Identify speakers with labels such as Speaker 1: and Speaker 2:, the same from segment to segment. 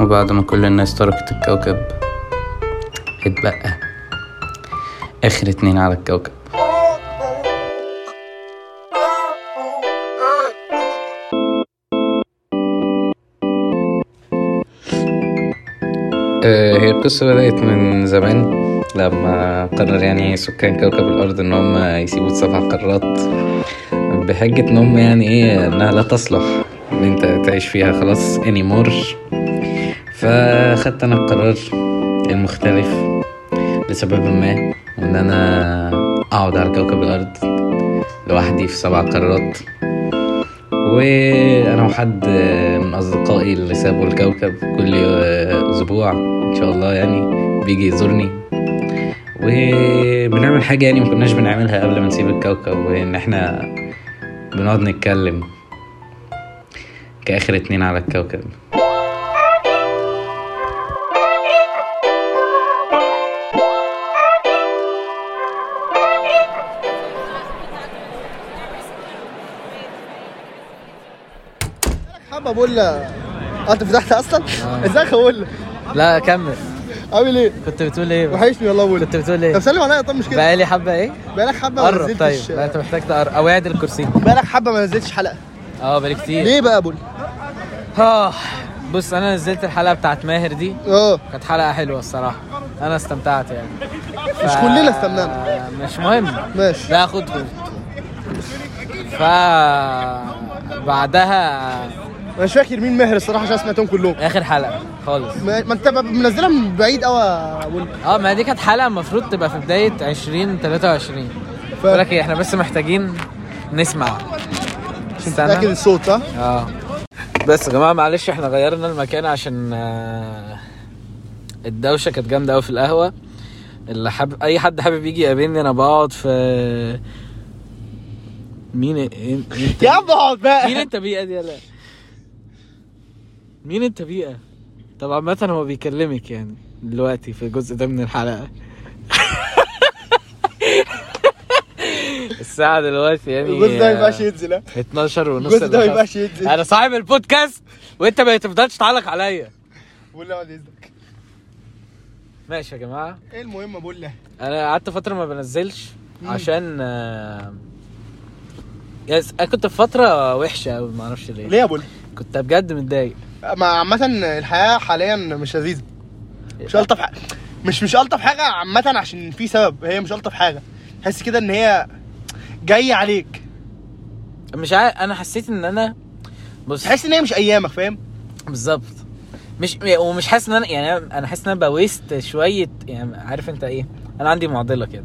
Speaker 1: بعد ما كل الناس تركت الكوكب اتبقى آخر اتنين على الكوكب آه، هي القصة بدأت من زمان لما قرر يعني سكان كوكب الأرض إن هم يسيبوا سبع قارات بحجة إن هم يعني إيه إنها لا تصلح إن أنت تعيش فيها خلاص anymore فخدت أنا القرار المختلف لسبب ما إن أنا أقعد على كوكب الأرض لوحدي في سبع قارات وانا وحد من اصدقائي اللي سابوا الكوكب كل اسبوع ان شاء الله يعني بيجي يزورني وبنعمل حاجه يعني ما كناش بنعملها قبل ما نسيب الكوكب وان احنا بنقعد نتكلم كاخر اتنين على الكوكب
Speaker 2: حابب اقول آه، انت فتحت اصلا
Speaker 3: آه.
Speaker 2: ازيك اقول
Speaker 3: لا كمل
Speaker 2: عامل ايه
Speaker 3: كنت بتقول ايه بقى؟
Speaker 2: وحشني والله بقول
Speaker 3: كنت بتقول ايه
Speaker 2: طب سلم عليا طب مش كده
Speaker 3: بقالي حبه ايه
Speaker 2: بقالك حبه ما
Speaker 3: قرب طيب
Speaker 2: نزلتش
Speaker 3: لا انت محتاج تقرب او اعدل الكرسي
Speaker 2: بقالك حبه ما نزلتش حلقه
Speaker 3: اه بقالي كتير
Speaker 2: ليه بقى يا بول
Speaker 3: اه بص انا نزلت الحلقه بتاعت ماهر دي
Speaker 2: اه
Speaker 3: كانت حلقه حلوه الصراحه انا استمتعت يعني
Speaker 2: مش كلنا استمتعنا.
Speaker 3: مش مهم
Speaker 2: ماشي
Speaker 3: لا خد خد ف بعدها
Speaker 2: انا مش فاكر مين ماهر الصراحه عشان سمعتهم كلهم
Speaker 3: اخر حلقه خالص
Speaker 2: ما ما انت ب- منزلها من بعيد قوي يا بول
Speaker 3: اه ما دي كانت حلقه المفروض تبقى في بدايه 20 23
Speaker 2: ف-
Speaker 3: بقول لك ايه احنا بس محتاجين نسمع
Speaker 2: لكن
Speaker 3: استنى
Speaker 2: الصوت صح
Speaker 3: اه بس يا جماعه معلش احنا غيرنا المكان عشان آه، الدوشه كانت جامده قوي في القهوه اللي حابب اي حد حابب يجي يقابلني انا بقعد في مين إيه- إيه- إيه-
Speaker 2: يا عم اقعد
Speaker 3: مين
Speaker 2: بقى
Speaker 3: انت بيئه دي ولا مين انت بيئه طب عامه هو بيكلمك يعني دلوقتي في الجزء ده من الحلقه الساعه دلوقتي يعني
Speaker 2: الجزء ده ما ينفعش ينزل ها؟
Speaker 3: 12 ونص
Speaker 2: الجزء ده ما
Speaker 3: اللي
Speaker 2: ينفعش
Speaker 3: خلص.
Speaker 2: ينزل
Speaker 3: انا صاحب البودكاست وانت ما تفضلش تعلق عليا
Speaker 2: بول اقعد يزدك
Speaker 3: ماشي يا جماعه
Speaker 2: ايه المهم يا بول
Speaker 3: انا قعدت فتره ما بنزلش
Speaker 2: مم.
Speaker 3: عشان آه، يس انا كنت في فتره وحشه قوي ما اعرفش ليه
Speaker 2: ليه يا بول
Speaker 3: كنت بجد متضايق
Speaker 2: ما عامة الحياة حاليا مش لذيذة مش ألطف حاجة مش مش ألطف حاجة عامة عشان في سبب هي مش ألطف حاجة تحس كده إن هي جاية عليك
Speaker 3: مش عارف انا حسيت ان انا بص
Speaker 2: تحس إن هي مش أيامك فاهم
Speaker 3: بالظبط مش ومش حاسس ان انا يعني أنا- انا حاسس ان انا بويست شويه يعني عارف انت ايه انا عندي معضله كده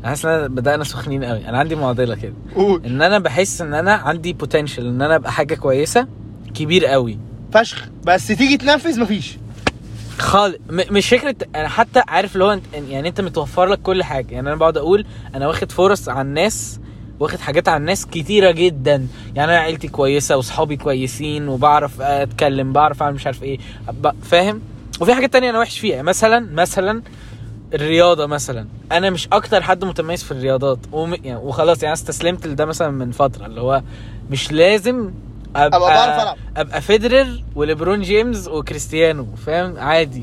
Speaker 3: انا حاسس ان انا بدانا سخنين قوي انا عندي معضله كده
Speaker 2: قول
Speaker 3: ان انا بحس ان انا عندي بوتنشال ان انا ابقى حاجه كويسه كبير قوي
Speaker 2: فشخ بس تيجي تنفذ مفيش
Speaker 3: خالص م- مش فكره انا حتى عارف اللي هو انت يعني انت متوفر لك كل حاجه يعني انا بقعد اقول انا واخد فرص عن الناس واخد حاجات عن ناس كتيره جدا يعني انا عيلتي كويسه واصحابي كويسين وبعرف اتكلم بعرف اعمل مش عارف ايه ب- فاهم وفي حاجات تانية انا وحش فيها مثلا مثلا الرياضه مثلا انا مش اكتر حد متميز في الرياضات وم... يعني وخلاص يعني أنا استسلمت لده مثلا من فتره اللي هو مش لازم ابقى
Speaker 2: أبقى بعرف ألعب.
Speaker 3: ابقى فيدرر وليبرون جيمز وكريستيانو فاهم عادي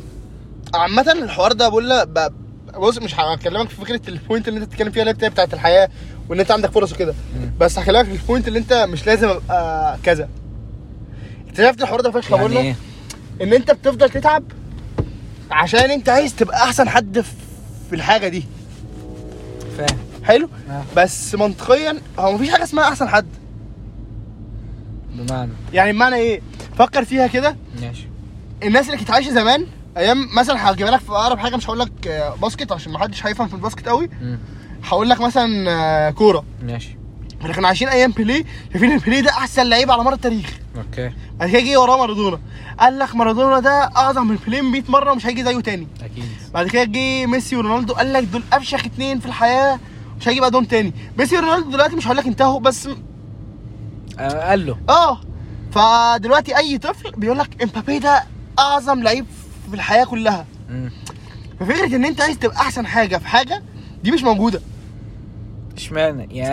Speaker 2: عامة الحوار ده بقول لك ب- بص مش هكلمك في فكرة البوينت اللي أنت بتتكلم فيها اللي هي بتاعت الحياة وإن أنت عندك فرص وكده بس هكلمك في البوينت اللي أنت مش لازم أبقى كذا اكتشفت الحوار ده فشخ
Speaker 3: يعني
Speaker 2: بقول لك
Speaker 3: ايه
Speaker 2: ان انت بتفضل تتعب عشان انت عايز تبقى احسن حد في في الحاجه دي
Speaker 3: فاهم
Speaker 2: حلو
Speaker 3: آه.
Speaker 2: بس منطقيا هو مفيش حاجه اسمها احسن حد
Speaker 3: بمعنى
Speaker 2: يعني بمعنى ايه فكر فيها كده
Speaker 3: ماشي
Speaker 2: الناس اللي كانت عايشه زمان ايام مثلا هجيب لك في اقرب حاجه مش هقول لك آه، باسكت عشان محدش هيفهم في الباسكت قوي
Speaker 3: مم.
Speaker 2: هقول لك مثلا آه، كوره
Speaker 3: ماشي
Speaker 2: احنا كنا عايشين ايام بيليه شايفين ان بيليه ده احسن لعيب على مر التاريخ
Speaker 3: اوكي
Speaker 2: بعد كده جه وراه مارادونا قال لك مارادونا ده اعظم من بيليه 100 مره ومش هيجي زيه تاني
Speaker 3: اكيد
Speaker 2: بعد كده جه ميسي ورونالدو قال لك دول افشخ اتنين في الحياه مش هيجي بعدهم تاني ميسي ورونالدو دلوقتي مش هقول لك انتهوا بس م-
Speaker 3: آه، قال له
Speaker 2: اه فدلوقتي اي طفل بيقول لك امبابي ده اعظم لعيب في الحياه كلها
Speaker 3: مم.
Speaker 2: ففكره ان انت عايز تبقى احسن حاجه في حاجه دي مش موجوده
Speaker 3: اشمعنى يا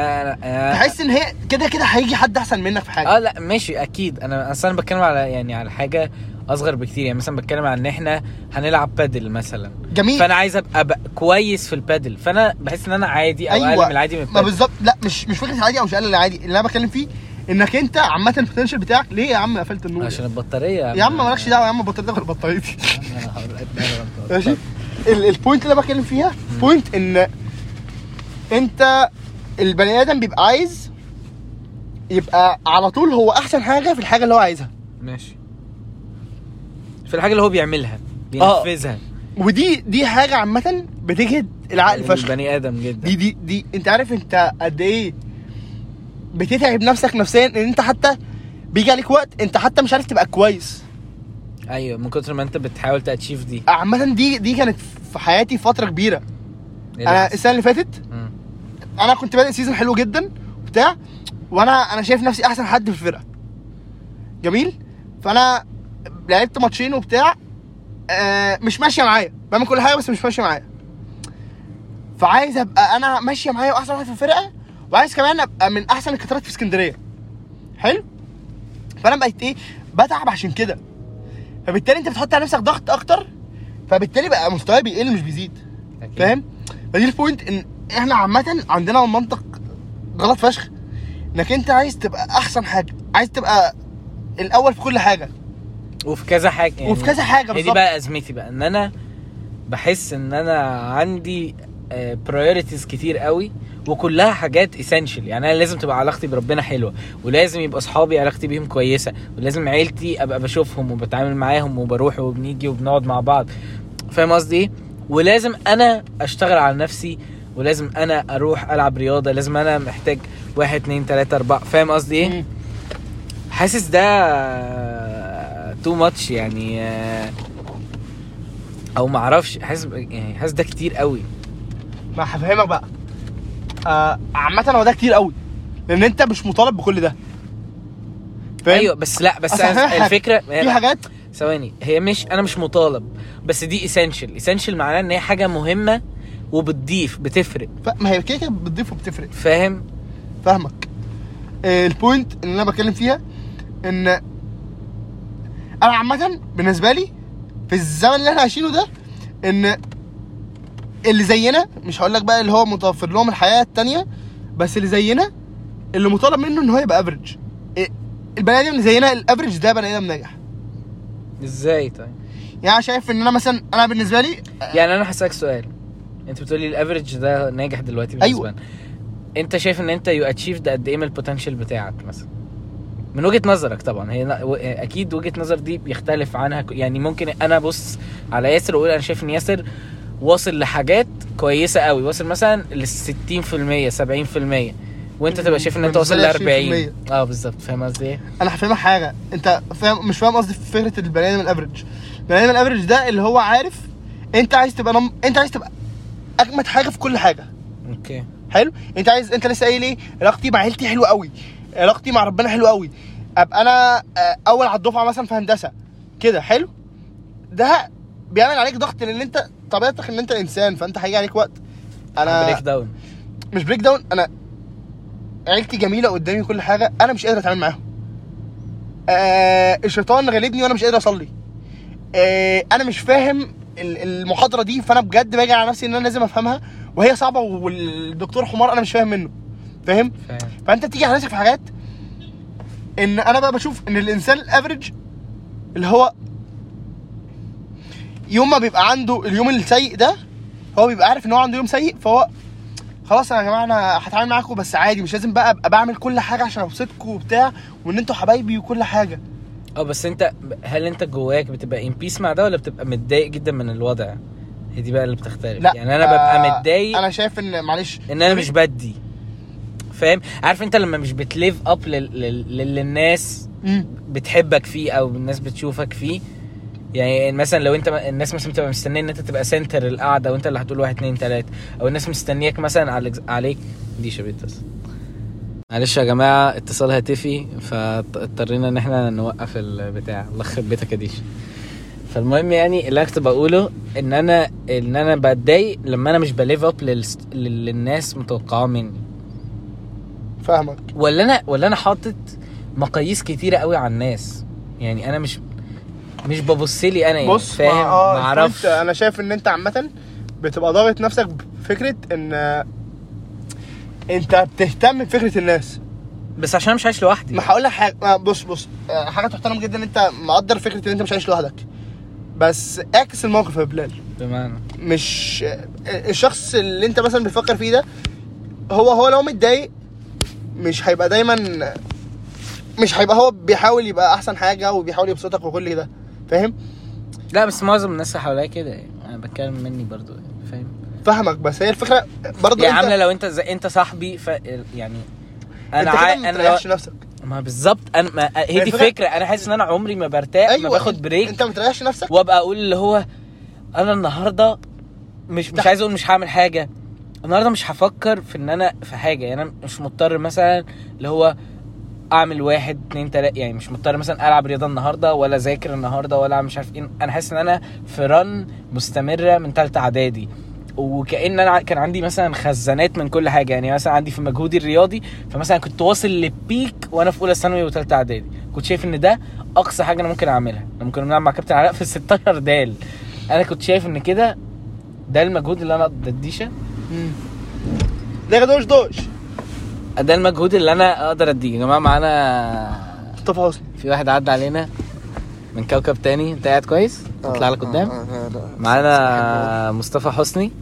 Speaker 3: يا-
Speaker 2: تحس ان
Speaker 3: أه،
Speaker 2: هي كده كده هيجي حد احسن منك في حاجه
Speaker 3: اه لا ماشي اكيد انا اصل انا بتكلم على يعني على حاجه اصغر بكتير يعني مثلا بتكلم عن ان احنا هنلعب بادل مثلا
Speaker 2: جميل
Speaker 3: فانا عايز ابقى ب- كويس في البادل فانا بحس ان انا عادي او
Speaker 2: أيوة.
Speaker 3: اقل من العادي من
Speaker 2: ما
Speaker 3: البادل
Speaker 2: بالظبط لا مش مش فكره عادي او مش اقل عادي اللي انا بتكلم فيه انك انت عامه البوتنشال بتاعك ليه يا عم قفلت النور
Speaker 3: عشان البطاريه
Speaker 2: يا عم مالكش دعوه يا عم بطاريتك غير بطاريتي
Speaker 3: أنا هوريك بقى لما تقعد.
Speaker 2: ماشي ال- البوينت اللي انا بتكلم فيها بوينت ان انت البني ادم بيبقى عايز يبقى على طول هو احسن حاجه في الحاجه اللي هو عايزها
Speaker 3: ماشي في الحاجه اللي هو بيعملها بينفذها
Speaker 2: ودي دي حاجه عامه بتجهد العقل فشخ
Speaker 3: بني ادم جدا
Speaker 2: دي دي دي انت عارف انت قد ايه بتتعب نفسك نفسيا ان انت حتى بيجي عليك وقت انت حتى مش عارف تبقى كويس
Speaker 3: ايوه من كتر ما انت بتحاول تاتشيف دي
Speaker 2: عامه دي دي كانت في حياتي فتره كبيره
Speaker 3: إيه اللي
Speaker 2: انا
Speaker 3: حصل؟
Speaker 2: السنه اللي فاتت
Speaker 3: مم.
Speaker 2: انا كنت بادئ سيزون حلو جدا وبتاع وانا انا شايف نفسي احسن حد في الفرقه جميل فانا لعبت ماتشين وبتاع آه مش ماشيه معايا بعمل كل حاجه بس مش ماشيه معايا فعايز ابقى انا ماشيه معايا واحسن واحد في الفرقه وعايز كمان ابقى من احسن الكترات في اسكندريه حلو فانا بقيت ايه بتعب عشان كده فبالتالي انت بتحط على نفسك ضغط اكتر فبالتالي بقى مستواي بيقل مش بيزيد
Speaker 3: أكيد.
Speaker 2: فاهم فدي البوينت ان احنا عامه عندنا منطق غلط فشخ انك انت عايز تبقى احسن حاجه عايز تبقى الاول في كل حاجه
Speaker 3: وفي كذا حاجه يعني
Speaker 2: وفي كذا حاجه
Speaker 3: هي دي
Speaker 2: بالظبط
Speaker 3: بقى ازمتي بقى ان انا بحس ان انا عندي برايورتيز كتير قوي وكلها حاجات اسينشال يعني انا لازم تبقى علاقتي بربنا حلوه ولازم يبقى اصحابي علاقتي بيهم كويسه ولازم عيلتي ابقى بشوفهم وبتعامل معاهم وبروح وبنيجي وبنقعد مع بعض فاهم قصدي ايه ولازم انا اشتغل على نفسي ولازم انا اروح العب رياضه لازم انا محتاج واحد اتنين تلاته اربعه فاهم قصدي ايه
Speaker 2: مم.
Speaker 3: حاسس ده تو ماتش يعني آه، او ما اعرفش حاسس ب- يعني حاسس ده كتير قوي
Speaker 2: ما هفهمك بقى آه، عامه هو ده كتير قوي لان انت مش مطالب بكل ده فاهم
Speaker 3: ايوه بس لا بس
Speaker 2: أصل
Speaker 3: أنا
Speaker 2: هي-
Speaker 3: الفكره
Speaker 2: في حاجات
Speaker 3: ثواني هي مش انا مش مطالب بس دي اسينشال اسينشال معناه ان هي حاجه مهمه وبتضيف بتفرق
Speaker 2: ف- ما هي كده كده بتضيف وبتفرق
Speaker 3: فاهم
Speaker 2: فاهمك آه، البوينت اللي انا بتكلم فيها ان انا عامه بالنسبه لي في الزمن اللي احنا عايشينه ده ان اللي زينا مش هقول لك بقى اللي هو متوفر لهم الحياه التانية بس اللي زينا اللي مطالب منه ان هو يبقى افريج البني ادم اللي زينا الافريج ده بني ادم ناجح
Speaker 3: ازاي طيب
Speaker 2: يعني انا شايف ان انا مثلا انا بالنسبه لي
Speaker 3: يعني انا هسالك سؤال انت بتقولي الافرج ده ناجح دلوقتي بالنسبه
Speaker 2: أيوة.
Speaker 3: لنا انت شايف ان انت يو اتشيف ده قد ايه من البوتنشال بتاعك مثلا من وجهه نظرك طبعا هي ن- و- اكيد وجهه نظر دي بيختلف عنها ك- يعني ممكن انا ابص على ياسر واقول انا شايف ان ياسر واصل لحاجات كويسه قوي واصل مثلا لل 60% 70% وانت تبقى شايف ان انت واصل ل
Speaker 2: بالنسبة لي
Speaker 3: 40 اه بالظبط فاهم قصدي ايه؟
Speaker 2: انا هفهمك حاجه انت فاهم مش فاهم قصدي في فكره البني ادم الافرج البني ادم الافرج ده اللي هو عارف انت عايز تبقى نم... انت عايز تبقى اجمد حاجه في كل حاجه
Speaker 3: اوكي
Speaker 2: حلو انت عايز انت لسه قايل ايه علاقتي مع عيلتي حلوه قوي علاقتي مع ربنا حلوه قوي ابقى انا آه، اول على الدفعه مثلا في هندسه كده حلو ده بيعمل عليك ضغط لان انت طبيعتك ان انت انسان فانت هيجي عليك وقت
Speaker 3: بريك
Speaker 2: انا
Speaker 3: داون
Speaker 2: مش بريك داون انا عيلتي جميله قدامي كل حاجه انا مش قادر اتعامل معاهم آه الشيطان غالبني وانا مش قادر اصلي آه انا مش فاهم ال- المحاضره دي فانا بجد باجي على نفسي ان انا لازم افهمها وهي صعبه والدكتور حمار انا مش فاهم منه فاهم
Speaker 3: فاهم
Speaker 2: فانت بتيجي على نفسك في حاجات ان انا بقى بشوف ان الانسان الافرج اللي هو يوم ما بيبقى عنده اليوم السيء ده هو بيبقى عارف ان هو عنده يوم سيء فهو خلاص انا يا جماعه انا هتعامل معاكم بس عادي مش لازم بقى ابقى بعمل كل حاجه عشان ابسطكم وبتاع وان انتوا حبايبي وكل حاجه
Speaker 3: اه بس انت هل انت جواك بتبقى ان بيس مع ده ولا بتبقى متضايق جدا من الوضع؟ هي دي بقى اللي بتختلف
Speaker 2: لا
Speaker 3: يعني انا
Speaker 2: آه،
Speaker 3: ببقى
Speaker 2: يعني
Speaker 3: متضايق
Speaker 2: انا شايف ان معلش
Speaker 3: ان انا مش بدي فاهم؟ عارف انت لما مش بتليف اب للي الناس
Speaker 2: مم.
Speaker 3: بتحبك فيه او الناس بتشوفك فيه يعني مثلا لو انت الناس مثلا بتبقى مستنيه ان انت تبقى سنتر القعده وانت اللي هتقول واحد اتنين تلاته او الناس مستنياك مثلا على عليك دي شبيت بس معلش يا جماعه اتصال هاتفي فاضطرينا ان احنا نوقف البتاع الله يخرب بيتك يا ديش فالمهم يعني اللي انا كنت بقوله ان انا ان انا بتضايق لما انا مش بليف اب للناس متوقعاه مني
Speaker 2: فاهمك
Speaker 3: ولا انا ولا انا حاطط مقاييس كتيره قوي على الناس يعني انا مش مش ببص لي انا يعني
Speaker 2: بص
Speaker 3: فاهم
Speaker 2: ما- آه،
Speaker 3: معرفش
Speaker 2: أنت- انا شايف ان انت عامه بتبقى ضاغط نفسك بفكره ان آه، انت بتهتم بفكره الناس
Speaker 3: بس عشان أنا مش عايش لوحدي
Speaker 2: ما هقول لك حاجه ما بص بص آه، حاجه تحترم جدا ان انت مقدر فكره ان انت مش عايش لوحدك بس اعكس الموقف يا بلال
Speaker 3: بمعنى
Speaker 2: مش آه، الشخص اللي انت مثلا بتفكر فيه ده هو هو لو متضايق مش هيبقى دايما مش هيبقى هو بيحاول يبقى احسن حاجه وبيحاول يبسطك وكل ده فاهم
Speaker 3: لا بس معظم الناس اللي حواليا كده يعني انا بتكلم مني برضو يعني فاهم
Speaker 2: فاهمك بس هي الفكره برضه
Speaker 3: يا عامله
Speaker 2: انت
Speaker 3: لو انت زي انت صاحبي ف يعني
Speaker 2: انت
Speaker 3: انا
Speaker 2: كده
Speaker 3: عا...
Speaker 2: ما
Speaker 3: انا لو...
Speaker 2: بتريحش نفسك
Speaker 3: ما بالظبط انا ما... هي دي
Speaker 2: الفكرة-
Speaker 3: فكره انا حاسس ان انا عمري ما برتاح أيوة. ما باخد بريك
Speaker 2: انت ما بتريحش نفسك
Speaker 3: وابقى اقول اللي هو انا النهارده مش مش
Speaker 2: تحت.
Speaker 3: عايز اقول مش هعمل حاجه النهارده مش هفكر في ان انا في حاجه يعني انا مش مضطر مثلا اللي هو اعمل واحد اتنين تلاته يعني مش مضطر مثلا العب رياضه النهارده ولا اذاكر النهارده ولا أعمل مش عارف ايه انا حاسس ان انا في رن مستمره من تالته اعدادي وكان انا ع- كان عندي مثلا خزانات من كل حاجه يعني مثلا عندي في مجهودي الرياضي فمثلا كنت واصل للبيك وانا في اولى ثانوي وثالثه اعدادي كنت شايف ان ده اقصى حاجه انا ممكن اعملها لما كنا بنلعب مع كابتن علاء في ال 16 دال انا كنت شايف ان كده ده المجهود اللي انا ده الديشه
Speaker 2: ده غدوش دوش
Speaker 3: ده المجهود اللي انا اقدر اديه يا جماعه معانا
Speaker 2: مصطفى حسني
Speaker 3: في واحد عدى علينا من كوكب تاني انت قاعد كويس
Speaker 2: آه.
Speaker 3: اطلع لك قدام معانا مصطفى حسني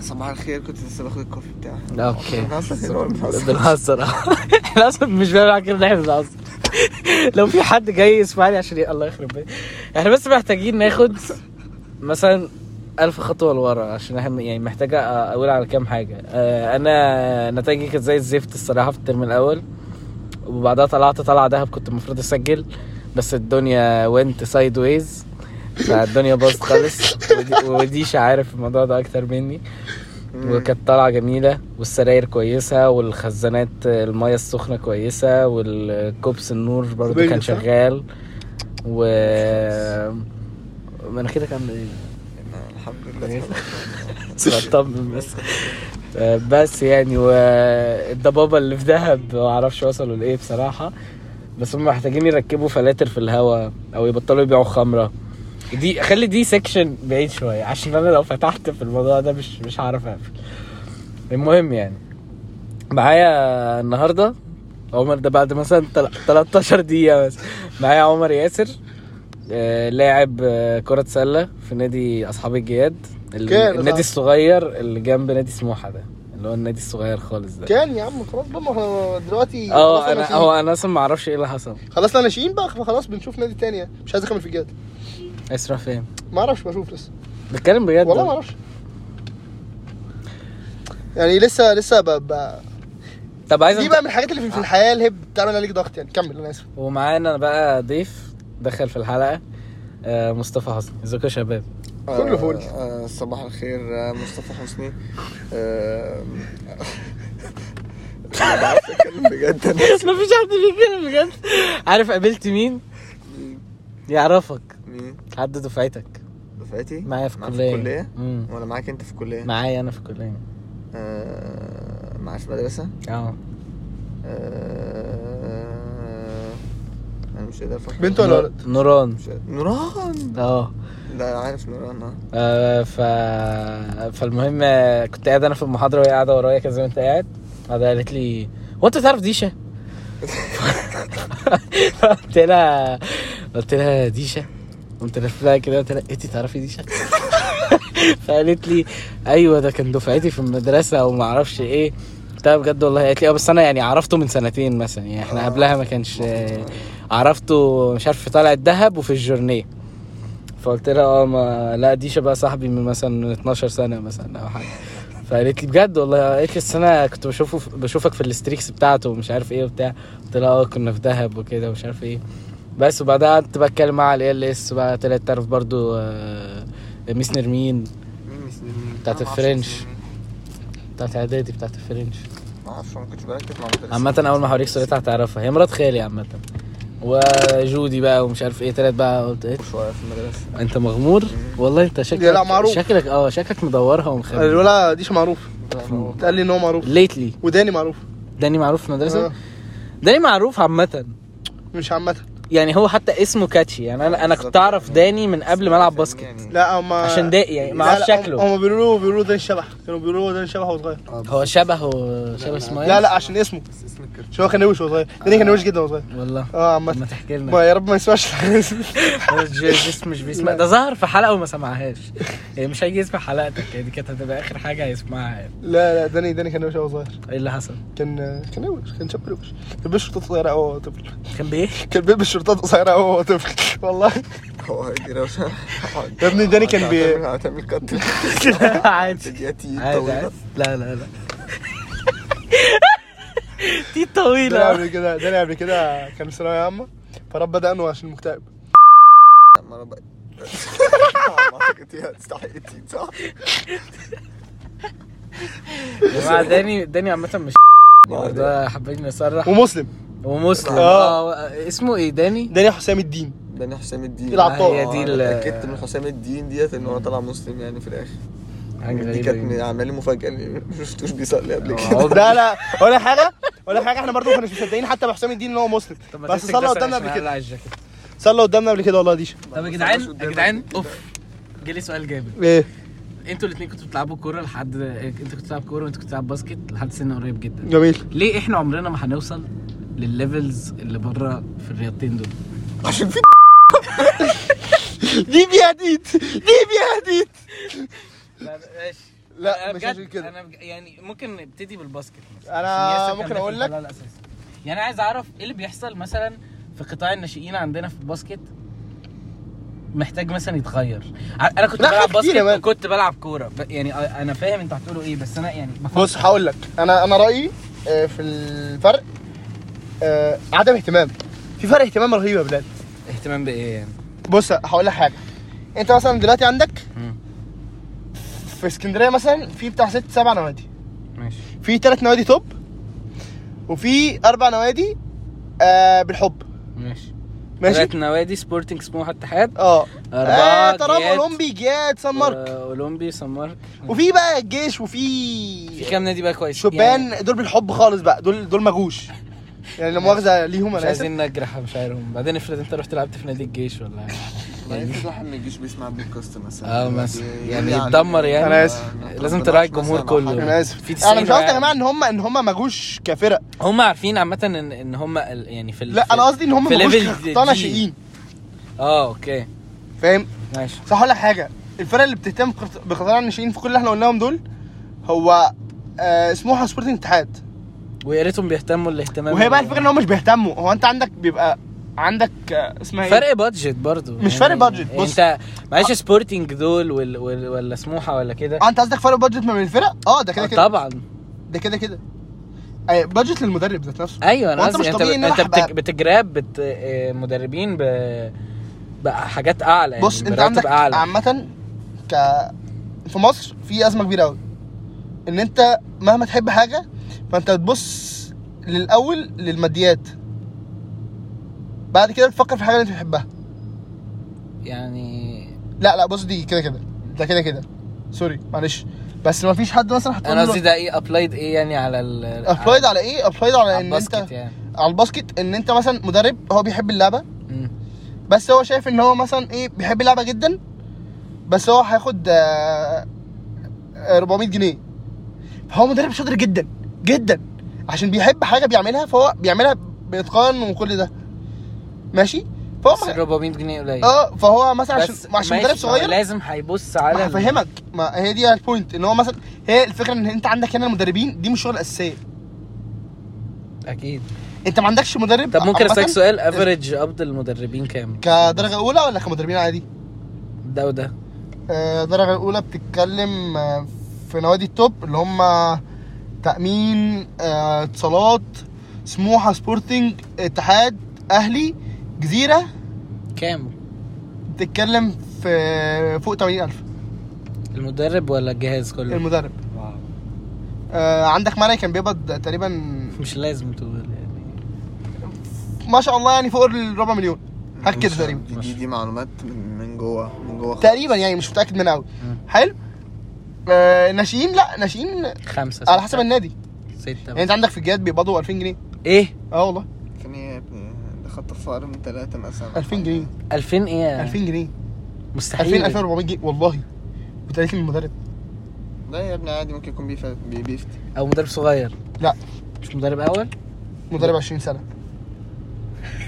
Speaker 4: صباح الخير كنت لسه باخد الكوفي بتاعي
Speaker 3: اوكي
Speaker 4: انا اصلا هنا ولا
Speaker 3: بنهزر آه. احنا اصلا مش بنعمل حاجه غير إن احنا بنهزر لو في حد جاي يسمعني عشان ي- الله يخرب بيتي احنا بس محتاجين ناخد مثلا ألف خطوة لورا عشان احنا يعني محتاجة أ- أقول على كام حاجة آه، أنا نتائجي كانت زي الزفت الصراحة في الترم الأول وبعدها طلعت طلعة دهب كنت المفروض أسجل بس الدنيا وينت سايد ويز فالدنيا باظت خالص ودي- وديش عارف الموضوع ده أكتر مني وكانت طالعه جميله والسراير كويسه والخزانات الميه السخنه كويسه والكوبس النور برضو
Speaker 2: كوباية
Speaker 3: كان
Speaker 2: صح؟
Speaker 3: شغال و مناخيرك عامله ايه؟
Speaker 4: الحمد لله
Speaker 3: بطمن بس آه، بس يعني والضبابه اللي في دهب ما اعرفش وصلوا لايه بصراحه بس هم محتاجين يركبوا فلاتر في الهواء او يبطلوا يبيعوا خمره دي خلي دي سيكشن بعيد شويه عشان انا لو فتحت في الموضوع ده مش مش هعرف اقفل المهم يعني معايا النهارده عمر ده بعد مثلا تل- 13 دقيقه بس معايا عمر ياسر آه، لاعب آه، كرة سلة في نادي أصحاب الجياد ال-
Speaker 2: كان
Speaker 3: النادي
Speaker 2: أصحاب-
Speaker 3: الصغير اللي جنب نادي سموحة ده اللي هو النادي الصغير خالص ده
Speaker 2: كان يا عم خلاص بقى ما احنا دلوقتي
Speaker 3: اه
Speaker 2: خلصنا
Speaker 3: انا
Speaker 2: ناشئين.
Speaker 3: هو انا اصلا ما اعرفش ايه اللي حصل
Speaker 2: خلصنا ناشئين بقى خلاص بنشوف نادي تاني يعني. مش عايز اكمل في الجد
Speaker 3: اسرع فين
Speaker 2: ما اعرفش بشوف لسه
Speaker 3: بتكلم بجد
Speaker 2: والله ما اعرفش يعني لسه لسه ب... ب...
Speaker 3: طب عايز
Speaker 2: دي
Speaker 3: أنت- آه.
Speaker 2: بقى من الحاجات اللي في- في الحياه اللي هي بتعمل عليك ضغط يعني كمل انا اسف
Speaker 3: ومعانا بقى ضيف دخل في الحلقة آه، مصطفى حسني ازيكم يا شباب
Speaker 2: كله فول.
Speaker 4: آه، آه، صباح الخير آه، مصطفى حسني آه، أنا بعرف أتكلم بجد أنا
Speaker 3: مفيش حد بيتكلم بجد عارف قابلت مين يعرفك
Speaker 4: مين
Speaker 3: حد دفعتك
Speaker 4: دفعتي
Speaker 3: إيه؟ معايا في
Speaker 4: معاك
Speaker 3: كلية.
Speaker 4: الكلية
Speaker 3: مم.
Speaker 4: وانا معاك انت في الكلية
Speaker 3: معايا انا في الكلية
Speaker 4: آه، معايا في المدرسة
Speaker 3: اه
Speaker 4: آه، انا مش قادر افكر
Speaker 2: بنت ولا ولد؟
Speaker 3: نوران
Speaker 4: مش قادر. نوران
Speaker 3: اه
Speaker 4: لا عارف نوران اه
Speaker 3: آه، ف فالمهم آه، كنت قاعد انا في المحاضره وهي قاعده ورايا كده زي ما انت قاعد بعدها قالت لي هو انت تعرف ديشه؟ قلت لها قلت لها ديشه قمت لف لها كده قلت لها انت تعرفي ديشه؟ فقالت لي ايوه ده كان دفعتي في المدرسه وما اعرفش ايه قلت لها بجد والله قالت لي اه بس انا يعني عرفته من سنتين مثلا يعني احنا قبلها ما كانش آه، عرفته مش عارف في طالع الدهب وفي الجورنيه فقلت لها اه ما لا دي شبه صاحبي من مثلا من 12 سنه مثلا او حاجه فقالت لي بجد والله إيه، قالت لي أصل انا كنت بشوفه بشوفك في الاستريكس بتاعته ومش عارف ايه وبتاع قلت لها اه كنا في دهب وكده ومش عارف ايه بس وبعدها قعدت بقى اتكلم معاها على ال اس بقى طلعت تعرف برضو آه، ميس نرمين
Speaker 4: مين مش مين؟
Speaker 3: بتاعت
Speaker 4: أنا ما أعرفش
Speaker 3: الفرنش.
Speaker 4: اسم مين.
Speaker 3: بتاعت اعدادي بتاعت الفرنش
Speaker 4: ما اعرفش ما كنتش بركز مع المدرسة
Speaker 3: عامة أول ما هوريك صورتها هتعرفها هي مرات خالي عامة وجودي بقى ومش عارف ايه طلعت بقى قلت إيه؟
Speaker 4: شوية في المدرسة
Speaker 3: انت مغمور والله انت شكلك
Speaker 2: لا، معروف.
Speaker 3: شكلك اه شكلك مدورها ومخبي
Speaker 2: الولا ديش معروف قال لي ان هو معروف
Speaker 3: ليتلي
Speaker 2: وداني معروف
Speaker 3: داني معروف في المدرسه
Speaker 2: آه.
Speaker 3: داني معروف عامه
Speaker 2: مش عامه
Speaker 3: يعني هو حتى اسمه كاتشي يعني انا انا كنت اعرف داني من قبل ما العب باسكت
Speaker 4: يعني
Speaker 2: لا هم
Speaker 3: عشان داقي يعني ما اعرفش شكله
Speaker 2: هم بيقولوا له- بيقولوا له ده الشبح كانوا بيقولوا له ده الشبح وهو صغير
Speaker 3: هو شبهه شبه اسماعيل
Speaker 2: لا لا عشان اسمه
Speaker 4: اسم الكرتون
Speaker 2: عشان هو كان نوش وهو صغير داني كان نوش جدا وهو صغير
Speaker 3: والله
Speaker 2: اه
Speaker 3: ما
Speaker 2: عامة
Speaker 3: تحكي لنا
Speaker 2: ما يا رب ما يسمعش
Speaker 3: هو جو- جسم مش بيسمع ده ظهر في حلقه وما سمعهاش يعني مش هيجي يسمع حلقتك يعني دي كانت هتبقى اخر حاجه هيسمعها يعني.
Speaker 2: لا لا داني داني كان نوش وهو صغير
Speaker 3: ايه اللي حصل؟
Speaker 2: كان كان نوش كان شاب نوش كان بيلبس شرطات صغيرة أوي وهو طفل
Speaker 3: كان بايه؟
Speaker 2: كان بيلبس شرطات قصيرة أوي وهو طفل والله
Speaker 4: هو دي روشة
Speaker 2: يا ابني داني كان بي-
Speaker 4: هتعمل- هتعمل كت
Speaker 3: عادي
Speaker 4: دياتي
Speaker 3: عادي
Speaker 4: طويلة
Speaker 3: عادي. لا لا لا دي طويله
Speaker 2: داني قبل كده داني قبل كده كان في ثانوية عامة فرب بدأ أنه عشان مكتئب
Speaker 4: ما انا بقى دي هتستحقتي صح؟
Speaker 3: يا جماعه داني داني عامه مش ده حابين نصرح
Speaker 2: ومسلم
Speaker 3: ومسلم
Speaker 2: آه.
Speaker 3: اه اسمه ايه داني؟
Speaker 2: داني حسام الدين
Speaker 4: ده انا حسام الدين
Speaker 2: العطار.
Speaker 3: هي
Speaker 4: آه،
Speaker 3: دي
Speaker 4: أنا
Speaker 3: ال-
Speaker 4: اتاكدت من حسام الدين ديت ان هو طلع مسلم يعني في الاخر
Speaker 3: حاجه
Speaker 4: دي
Speaker 3: غريبه
Speaker 4: كانت
Speaker 3: يعني.
Speaker 4: من اعمالي مفاجاه اللي ما شفتوش بيصلي قبل
Speaker 3: آه،
Speaker 4: كده
Speaker 3: عمري-
Speaker 2: لا لا ولا حاجة ولا حاجة احنا برضه ما كناش مصدقين حتى بحسام الدين ان هو مسلم
Speaker 3: طب ما
Speaker 2: بس
Speaker 3: تمسك
Speaker 2: صلى
Speaker 3: ده
Speaker 2: قدامنا
Speaker 3: عشان
Speaker 2: قبل كده
Speaker 3: أقلع الجاكيت.
Speaker 2: صلى قدامنا قبل كده والله ديش
Speaker 3: طب يا جدعان يا جدعان اوف جالي سؤال جامد
Speaker 2: ايه
Speaker 3: انتوا الاثنين كنتوا بتلعبوا كوره لحد انت كنت بتلعب كوره وانت كنت بتلعب باسكت لحد سن قريب جدا
Speaker 2: جميل
Speaker 3: ليه احنا عمرنا ما هنوصل للليفلز اللي بره في الرياضتين دول
Speaker 4: عشان في
Speaker 2: دي بيهديت دي بيهديت
Speaker 3: لا ماشي
Speaker 2: لا، أنا مش بجد- عشان كده.
Speaker 3: انا يعني ممكن نبتدي بالباسكت
Speaker 2: انا ممكن اقول لك
Speaker 3: يعني عايز اعرف ايه اللي بيحصل مثلا في قطاع الناشئين عندنا في الباسكت محتاج مثلا يتغير ع- انا كنت
Speaker 2: لا،
Speaker 3: بلعب
Speaker 2: حاجات كتيرة
Speaker 3: باسكت
Speaker 2: بقى.
Speaker 3: وكنت بلعب كوره ب- يعني أ- انا فاهم انتوا هتقولوا ايه بس انا يعني بفكر.
Speaker 2: بص هقول لك انا انا رايي آه، في الفرق آه، عدم اهتمام في فرق اهتمام رهيب يا بلال
Speaker 3: اهتمام بايه يعني
Speaker 2: بص هقول لك حاجه انت مثلا دلوقتي عندك
Speaker 3: مم.
Speaker 2: في اسكندريه مثلا في بتاع ست سبع نوادي
Speaker 3: ماشي
Speaker 2: في ثلاث نوادي توب وفي اربع نوادي آه بالحب
Speaker 3: ماشي
Speaker 2: ماشي
Speaker 3: ثلاث نوادي سبورتنج سموحه اتحاد
Speaker 2: اه
Speaker 3: أربعة
Speaker 2: آه، تراب
Speaker 3: جياد.
Speaker 2: اولمبي جاد سان مارك
Speaker 3: آه، اولمبي سان مارك
Speaker 2: وفي بقى الجيش
Speaker 3: في
Speaker 2: وفي
Speaker 3: كام نادي بقى كويس يعني
Speaker 2: شبان دول بالحب خالص بقى دول دول مجوش يعني لا مؤاخذه ليهم
Speaker 3: مش
Speaker 2: انا آسف.
Speaker 3: عايزين نجرح مشاعرهم بعدين افرض انت رحت لعبت في نادي الجيش ولا حاجة.
Speaker 4: ما فيش واحد من الجيش بيسمع بودكاست مثلا
Speaker 3: اه مثلا
Speaker 4: دي-
Speaker 3: يعني
Speaker 4: دي
Speaker 3: يتدمر يعني
Speaker 2: أنا آسف.
Speaker 3: لازم تراعي الجمهور كله
Speaker 2: انا اسف
Speaker 3: في
Speaker 2: انا مش قصدي
Speaker 3: 90
Speaker 2: يا
Speaker 3: واحد.
Speaker 2: جماعه ان هم ان هم مجوش كفرق
Speaker 3: هم عارفين عامه ان ان هم ال- يعني في ال-
Speaker 2: لا
Speaker 3: في-
Speaker 2: انا قصدي ان هم
Speaker 3: في
Speaker 2: مجوش
Speaker 3: ليفل دي-
Speaker 2: كقطاع
Speaker 3: دي.
Speaker 2: ناشئين
Speaker 3: اه اوكي
Speaker 2: فاهم
Speaker 3: ماشي
Speaker 2: صح ولا حاجه الفرق اللي بتهتم بقط- بقطاع الناشئين في كل اللي احنا قلناهم دول هو آه، سموحه سبورتنج اتحاد
Speaker 3: ويا ريتهم بيهتموا الاهتمام
Speaker 2: وهي بقى
Speaker 3: اللي-
Speaker 2: الفكره ان هم مش بيهتموا هو انت عندك بيبقى عندك آه، اسمها ايه
Speaker 3: فرق بادجت برضو
Speaker 2: مش فرق بادجت، بص.
Speaker 3: انت معلش سبورتنج دول وال- وال- ولا سموحه ولا كده
Speaker 2: اه انت قصدك فرق بادجت ما بين الفرق اه ده كده
Speaker 3: آه،
Speaker 2: كده
Speaker 3: طبعا
Speaker 2: ده كده كده آه، بادجت للمدرب ذات نفسه
Speaker 3: ايوه انا
Speaker 2: وأنت مش
Speaker 3: قصدي انت,
Speaker 2: طبيعي إن أنا
Speaker 3: انت
Speaker 2: هبقى-
Speaker 3: بتج... بتجراب بت... آه، مدربين ب... بحاجات اعلى يعني
Speaker 2: بص انت
Speaker 3: براتب
Speaker 2: عندك
Speaker 3: اعلى
Speaker 2: عامة ك في مصر في ازمه كبيره قوي ان انت مهما تحب حاجه فانت بتبص للاول للماديات بعد كده بتفكر في حاجه اللي انت بتحبها
Speaker 3: يعني
Speaker 2: لا لا بص دي كده كده ده كده كده سوري معلش بس ما فيش حد مثلا هتقول
Speaker 3: انا قصدي
Speaker 2: له
Speaker 3: ده ايه ابلايد ايه يعني على ال
Speaker 2: ابلايد على ايه ابلايد على ان انت
Speaker 3: الباسكت يعني
Speaker 2: على الباسكت ان انت مثلا مدرب هو بيحب اللعبه
Speaker 3: مم.
Speaker 2: بس هو شايف ان هو مثلا ايه بيحب اللعبه جدا بس هو هياخد آه، آه، 400 جنيه فهو مدرب شاطر جدا جدا عشان بيحب حاجه بيعملها فهو بيعملها باتقان وكل ده ماشي فهو
Speaker 3: بس ال
Speaker 2: ما-
Speaker 3: 400 جنيه قليل
Speaker 2: اه فهو مثلا
Speaker 3: بس
Speaker 2: عشان عشان
Speaker 3: ماشي،
Speaker 2: مدرب
Speaker 3: ما هو
Speaker 2: صغير
Speaker 3: لازم هيبص على
Speaker 2: ما
Speaker 3: ال-
Speaker 2: هفهمك ما هي دي البوينت ان هو مثلا هي الفكره ان انت عندك هنا المدربين دي مش شغل اساسيه
Speaker 3: اكيد
Speaker 2: انت ما عندكش مدرب
Speaker 3: طب ممكن
Speaker 2: عامة
Speaker 3: اسالك سؤال افريج قبض المدربين كام؟
Speaker 2: كدرجه اولى ولا كمدربين عادي
Speaker 3: ده وده
Speaker 2: آه، الدرجة الأولى بتتكلم آه، في نوادي التوب اللي هم تأمين آه، اتصالات سموحة سبورتنج اتحاد أهلي جزيرة
Speaker 3: كام؟
Speaker 2: بتتكلم في فوق 80000
Speaker 3: المدرب ولا الجهاز كله؟
Speaker 2: المدرب
Speaker 3: واو.
Speaker 2: آه، عندك مالي كان بيقبض تقريبا
Speaker 3: مش لازم تقول يعني
Speaker 2: ما شاء الله يعني فوق الربع مليون حاجة كده تقريبا
Speaker 4: دي- دي دي معلومات من من جوه من جوه خالص.
Speaker 2: تقريبا يعني مش متأكد منها قوي
Speaker 3: مم.
Speaker 2: حلو آه، ناشئين لا ناشئين
Speaker 3: خمسة
Speaker 2: على
Speaker 3: ستة،
Speaker 2: حسب النادي يعني
Speaker 3: ستة
Speaker 2: انت عندك في الجهاد بيقبضوا 2000 جنيه
Speaker 3: ايه؟
Speaker 2: اه والله
Speaker 4: ثانية يا ابني يعني دخلت حتى في اقل من ثلاثه مثلا
Speaker 2: 2000 جنيه
Speaker 3: 2000 ايه
Speaker 2: 2000 جنيه 2000
Speaker 3: مستحيل
Speaker 2: 2400 جنيه والله وتقالت لي من المدرب
Speaker 4: لا يا ابني عادي ممكن يكون بيف- بي- بيفتي
Speaker 3: او مدرب صغير
Speaker 2: لا.
Speaker 3: مش مدرب اول
Speaker 2: مدرب 20 سنه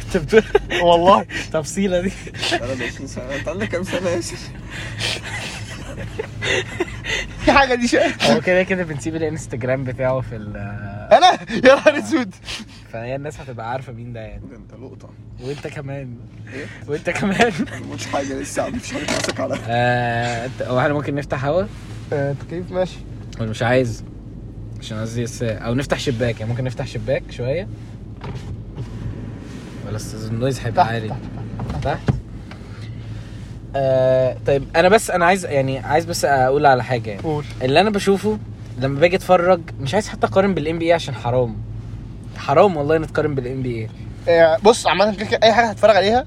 Speaker 3: انت بتقول
Speaker 2: والله
Speaker 3: تفصيله دي
Speaker 4: 23 سنه انت عندك كام سنه يا ياسر؟
Speaker 2: في حاجه دي شقه
Speaker 3: هو كده كده بنسيب الانستجرام بتاعه في ال
Speaker 2: انا يا نهار اسود
Speaker 3: فهي الناس هتبقى عارفه مين ده يعني
Speaker 4: ده انت لقطه
Speaker 3: وانت كمان
Speaker 4: إيه؟
Speaker 3: وانت كمان
Speaker 4: ما قلتش حاجه لسه مش عارف ماسك على
Speaker 3: آه، انت هو احنا ممكن نفتح هوا
Speaker 2: آه، تكييف ماشي
Speaker 3: ولا مش عايز عشان قصدي الس- او نفتح شباك يعني ممكن نفتح شباك شويه ولا استاذ النويز هيبقى
Speaker 2: تحت،
Speaker 3: عالي
Speaker 2: تحت،
Speaker 3: تحت آه طيب انا بس انا عايز يعني عايز بس اقول على حاجه يعني
Speaker 2: قول
Speaker 3: اللي انا بشوفه لما باجي اتفرج مش عايز حتى اقارن بالان بي اي عشان حرام حرام والله نتقارن بالان بي اي
Speaker 2: آه، بص عامة كده كده اي حاجة هتتفرج عليها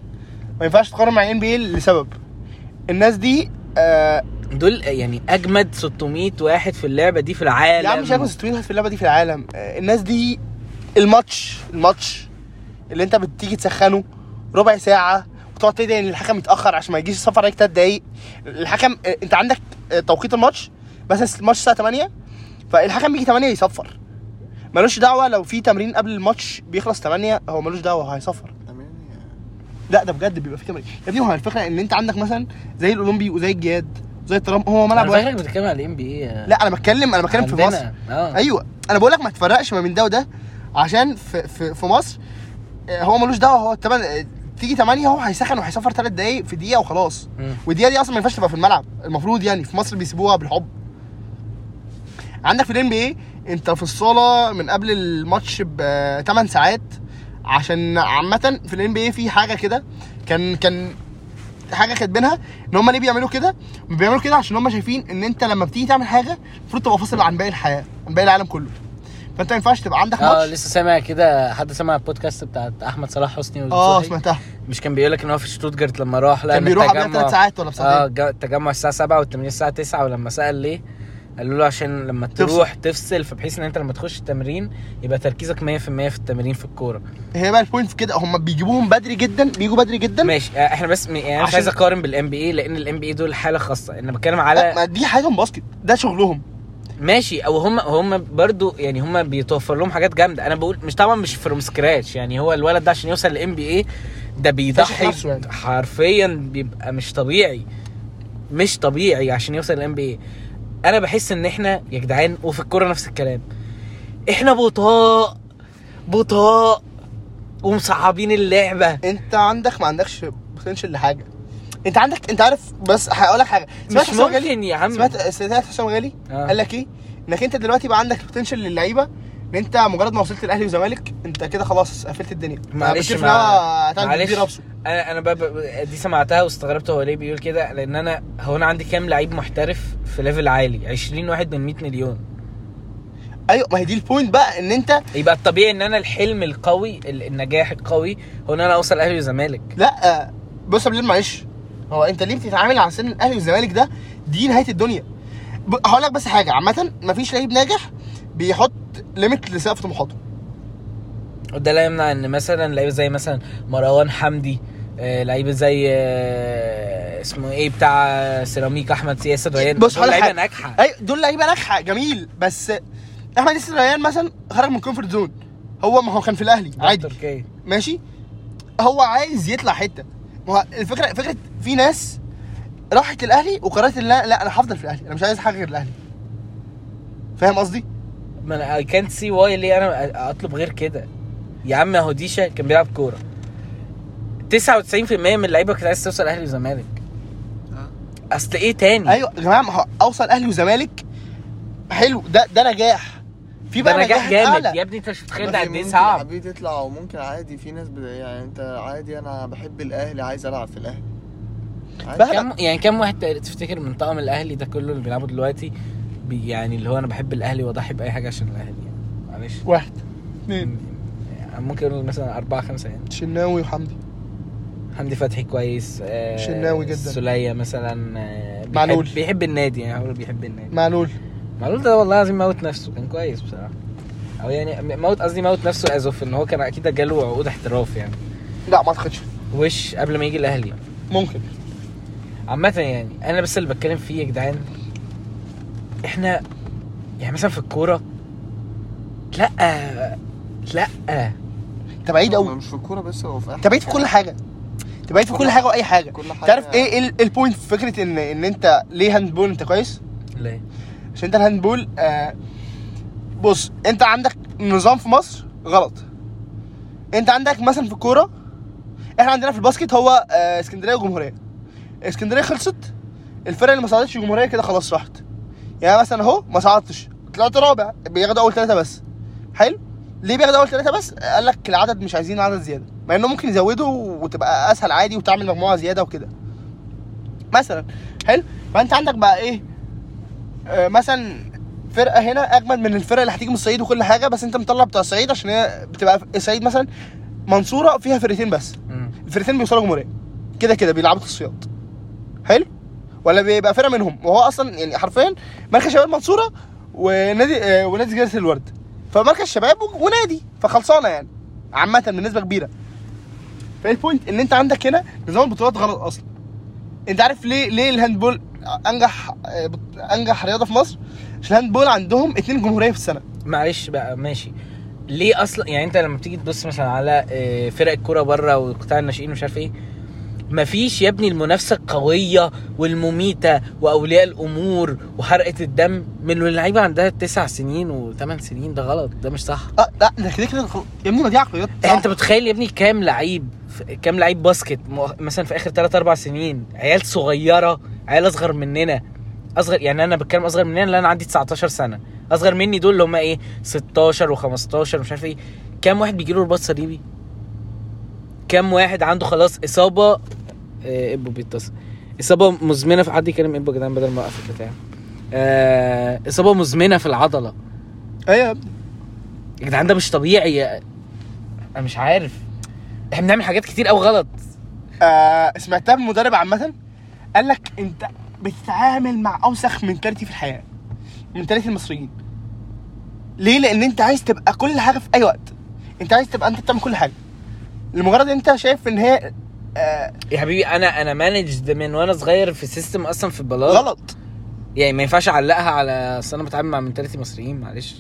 Speaker 2: ما ينفعش تقارن مع ان بي لسبب الناس دي آه
Speaker 3: دول يعني اجمد 600 واحد في اللعبه دي في العالم
Speaker 2: يا عم مش هيكون 600 واحد في اللعبة دي في العالم آه الناس دي الماتش الماتش اللي انت بتيجي تسخنه ربع ساعة وتقعد تدعي ان الحكم يتأخر عشان ما يجيش السفر عليك تلات دقايق الحكم آه انت عندك آه توقيت الماتش بس الماتش الساعة 8 فالحكم بيجي 8 يصفر ملوش دعوة لو في تمرين قبل الماتش بيخلص 8 هو ملوش دعوة هيصفر
Speaker 4: تمام يا-
Speaker 2: لا ده بجد بيبقى في تمرين يا ابني هو الفكره ان انت عندك مثلا زي الاولمبي وزي الجياد وزي الترام هو ملعب
Speaker 3: انا فاكرك
Speaker 2: واحد
Speaker 3: بتتكلم على الان بي اي
Speaker 2: لا انا بتكلم انا بتكلم في مصر
Speaker 3: اه
Speaker 2: ايوه انا بقول لك ما تفرقش ما بين ده وده عشان في في, في مصر آه، هو ملوش دعوه هو التمن آه، تيجي 8 هو هيسخن وهيسافر 3 دقايق في دقيقه وخلاص
Speaker 3: مم.
Speaker 2: والدقيقه دي اصلا ما ينفعش تبقى في الملعب المفروض يعني في مصر بيسيبوها بالحب عندك في الان بي اي انت في الصاله من قبل الماتش ب 8 ساعات عشان عامه في الان بي اي في حاجه كده كان كان حاجه كاتبينها ان هم ليه بيعملوا كده بيعملوا كده عشان هم شايفين ان انت لما بتيجي تعمل حاجه المفروض تبقى فاصل عن باقي الحياه عن باقي العالم كله فانت ما ينفعش تبقى عندك
Speaker 3: اه
Speaker 2: ماتش
Speaker 3: لسه سامع كده حد سمع البودكاست بتاعت احمد صلاح حسني
Speaker 2: اه
Speaker 3: والزهري؟
Speaker 2: سمعتها
Speaker 3: مش كان بيقول لك ان هو في شتوتجارت لما راح لقى
Speaker 2: كان
Speaker 3: إن
Speaker 2: بيروح
Speaker 3: التجمع-
Speaker 2: قبلها بثلاث ساعات ولا
Speaker 3: اه
Speaker 2: بساعتين
Speaker 3: جا- التجمع الساعه 7 والتمرين الساعه 9 ولما سال ليه قالوا له عشان لما
Speaker 2: تفصل.
Speaker 3: تروح تفصل فبحيث ان انت لما تخش التمرين يبقى تركيزك 100% في التمرين في الكوره
Speaker 2: هي بقى البوينت في كده هم بيجيبوهم بدري جدا بيجوا بدري جدا
Speaker 3: ماشي آه، احنا بس م- يعني انا مش
Speaker 2: عشان-
Speaker 3: عايز اقارن بالان بي اي لان الان بي اي دول حاله خاصه انا بتكلم على
Speaker 2: لا، ما دي حاجه من باسكت ده شغلهم
Speaker 3: ماشي او هم هم برضو يعني هم بيتوفر لهم حاجات جامده انا بقول مش طبعا مش فروم سكراتش يعني هو الولد ده عشان يوصل للام بي اي ده بيضحي
Speaker 2: نفسه يعني.
Speaker 3: حرفيا بيبقى مش طبيعي مش طبيعي عشان يوصل للام بي اي انا بحس ان احنا يا جدعان وفي الكوره نفس الكلام احنا بطاء بطاء ومصعبين اللعبه
Speaker 2: انت عندك ما عندكش بوتنشال لحاجه انت عندك انت عارف بس هقول لك حاجه سمعت
Speaker 3: مش
Speaker 2: حسام غالي
Speaker 3: ممكن يا عم
Speaker 2: سمعت سمعت حسام غالي
Speaker 3: آه.
Speaker 2: قال لك ايه انك انت دلوقتي بقى عندك بوتنشال للعيبه ان انت مجرد ما وصلت الاهلي والزمالك انت كده خلاص قفلت الدنيا
Speaker 3: معلش،
Speaker 2: بكتير في
Speaker 3: مع-
Speaker 2: إنها هتعمل
Speaker 3: معلش.
Speaker 2: دي رابسو
Speaker 3: انا انا ب... ب- دي سمعتها واستغربت هو ليه بيقول كده لان انا هو انا عندي كام لعيب محترف في ليفل عالي 20 واحد من 100 مليون
Speaker 2: ايوه ما هي دي البوينت بقى ان انت
Speaker 3: يبقى الطبيعي ان انا الحلم القوي ال- النجاح القوي هو ان انا اوصل اهلي وزمالك
Speaker 2: لا آه، بص يا بلال معلش هو انت ليه بتتعامل على سن الاهلي والزمالك ده دي نهايه الدنيا ب- هقول لك بس حاجه عامه مفيش لعيب ناجح بيحط ليميت لسقف طموحاته
Speaker 3: وده لا يمنع ان مثلا لعيب زي مثلا مروان حمدي آه، لعيب زي آه، اسمه ايه بتاع سيراميك احمد سياسه ريان
Speaker 2: بص
Speaker 3: دول
Speaker 2: هقول لك
Speaker 3: لعيبه
Speaker 2: حاجة.
Speaker 3: ناجحه
Speaker 2: اي دول لعيبه ناجحه جميل بس احمد ياسر ريان مثلا خرج من كومفورت زون هو ما هو كان في الاهلي عادي
Speaker 3: تركيا
Speaker 2: ماشي هو عايز يطلع حته ما هو الفكره فكره في ناس راحت الاهلي وقررت إن لا لا انا هفضل في الاهلي انا مش عايز حاجه غير الاهلي فاهم قصدي؟
Speaker 3: ما انا اي كانت سي واي ليه انا أ- اطلب غير كده يا عم اهو ديشا كان بيلعب كوره 99% من اللعيبه كانت عايز توصل اهلي وزمالك
Speaker 4: آه.
Speaker 3: اصل ايه تاني
Speaker 2: ايوه يا جماعه ما هو اوصل اهلي وزمالك حلو ده ده نجاح في
Speaker 3: ده
Speaker 2: بقى
Speaker 3: نجاح جامد يا ابني انت مش متخيل
Speaker 4: ممكن-
Speaker 3: ده
Speaker 2: إيه
Speaker 3: قد ايه
Speaker 4: ممكن
Speaker 3: صعب
Speaker 4: حبيبي تطلع وممكن عادي في ناس ب- يعني انت عادي انا بحب الاهلي عايز العب في الاهلي عادي.
Speaker 2: بقى-
Speaker 3: كم يعني كم واحد تق- تفتكر من طقم الاهلي ده كله اللي بيلعبوا دلوقتي بي يعني اللي هو انا بحب الاهلي واضحي باي حاجه عشان الاهلي يعني معلش
Speaker 2: واحد اثنين
Speaker 3: يعني ممكن اقول مثلا أربعة خمسة يعني
Speaker 2: شناوي وحمدي
Speaker 3: حمدي فتحي كويس آه
Speaker 2: شناوي جدا.
Speaker 3: سولية مثلا آه بيحب-
Speaker 2: معلول.
Speaker 3: بيحب النادي يعني هو بيحب النادي
Speaker 2: معلول
Speaker 3: معلول ده والله العظيم موت نفسه كان كويس بصراحه او يعني م- موت قصدي موت نفسه ازوف ان هو كان اكيد جاله عقود احتراف يعني
Speaker 2: لا ما اعتقدش
Speaker 3: وش قبل ما يجي الاهلي
Speaker 2: ممكن
Speaker 3: عامة يعني انا بس اللي بتكلم فيه يا جدعان احنا يعني مثلا في الكورة لا لا
Speaker 2: انت بعيد قوي
Speaker 4: مش في الكوره بس هو في
Speaker 2: انت بعيد في كل حاجه انت بعيد في كل حاجه واي حاجه
Speaker 4: كل حاجه
Speaker 2: تعرف ايه ال- إيه البوينت في فكره ان ان انت ليه هاند بول انت كويس
Speaker 3: ليه؟
Speaker 2: عشان انت الهاندبول آه بص انت عندك نظام في مصر غلط انت عندك مثلا في الكوره احنا عندنا في الباسكت هو آه اسكندريه وجمهوريه اسكندريه خلصت الفرقه اللي ما صعدتش جمهوريه كده خلاص راحت يعني مثلا اهو ما صعدتش طلعت رابع بياخدوا اول ثلاثه بس حلو ليه بياخدوا اول ثلاثه بس قال لك العدد مش عايزين عدد زياده مع انه ممكن يزودوا وتبقى اسهل عادي وتعمل مجموعه زياده وكده مثلا حلو فانت عندك بقى ايه آه، مثلا فرقه هنا اجمد من الفرقه اللي هتيجي من الصعيد وكل حاجه بس انت مطلع بتاع الصعيد عشان هي بتبقى ف- الصعيد مثلا منصوره فيها فرقتين بس الفرقتين بيوصلوا جمهوريه كده كده بيلعبوا تصفيات حلو ولا بيبقى فرقه منهم وهو اصلا يعني حرفيا مركز شباب المنصوره ونادي آه، ونادي جزيره الورد فمركز شباب و- ونادي فخلصانه يعني عامه بنسبه كبيره فايه البوينت ان انت عندك هنا نظام البطولات غلط اصلا انت عارف ليه ليه الهاندبول انجح آه، بط- انجح رياضه في مصر عشان الهاندبول عندهم اتنين جمهوريه في السنه
Speaker 3: معلش بقى ماشي ليه اصلا يعني انت لما بتيجي تبص مثلا على آه، فرق الكوره بره وقطاع الناشئين ومش عارف ايه مفيش يا ابني المنافسه القويه والمميته واولياء الامور وحرقه الدم من اللعيبه عندها تسع سنين وثمان سنين ده غلط ده مش صح
Speaker 2: اه لا ده كده كده خلاص. يا ابني ما دي عقليات
Speaker 3: صح. إيه، يعني انت متخيل يا ابني كام لعيب كام لعيب باسكت مؤ- مثلا في اخر 3 4 سنين عيال صغيره عيال اصغر مننا اصغر يعني انا بتكلم اصغر مننا لان انا عندي 19 سنه اصغر مني دول اللي هم ايه 16 و15 ومش عارف ايه كام واحد بيجي له رباط صليبي كام واحد عنده خلاص اصابه آه، ابو بيتصل اصابه مزمنه في حد يكلم ابو يا جدعان بدل ما اوقف البتاع آه، اصابه مزمنه في العضله
Speaker 2: ايوه يا ابني
Speaker 3: يا جدعان ده مش طبيعي انا مش عارف احنا بنعمل حاجات كتير قوي غلط
Speaker 2: آه سمعتها من مدرب عامه قال لك انت بتتعامل مع اوسخ منتاليتي في الحياه منتاليتي المصريين ليه لان انت عايز تبقى كل حاجه في اي وقت انت عايز تبقى انت بتعمل كل حاجه لمجرد انت شايف ان هي آه
Speaker 3: يا حبيبي انا انا مانجد من وانا صغير في سيستم اصلا في البلاط
Speaker 2: غلط
Speaker 3: يعني ما ينفعش اعلقها على اصل انا بتعامل مع منتاليتي مصريين معلش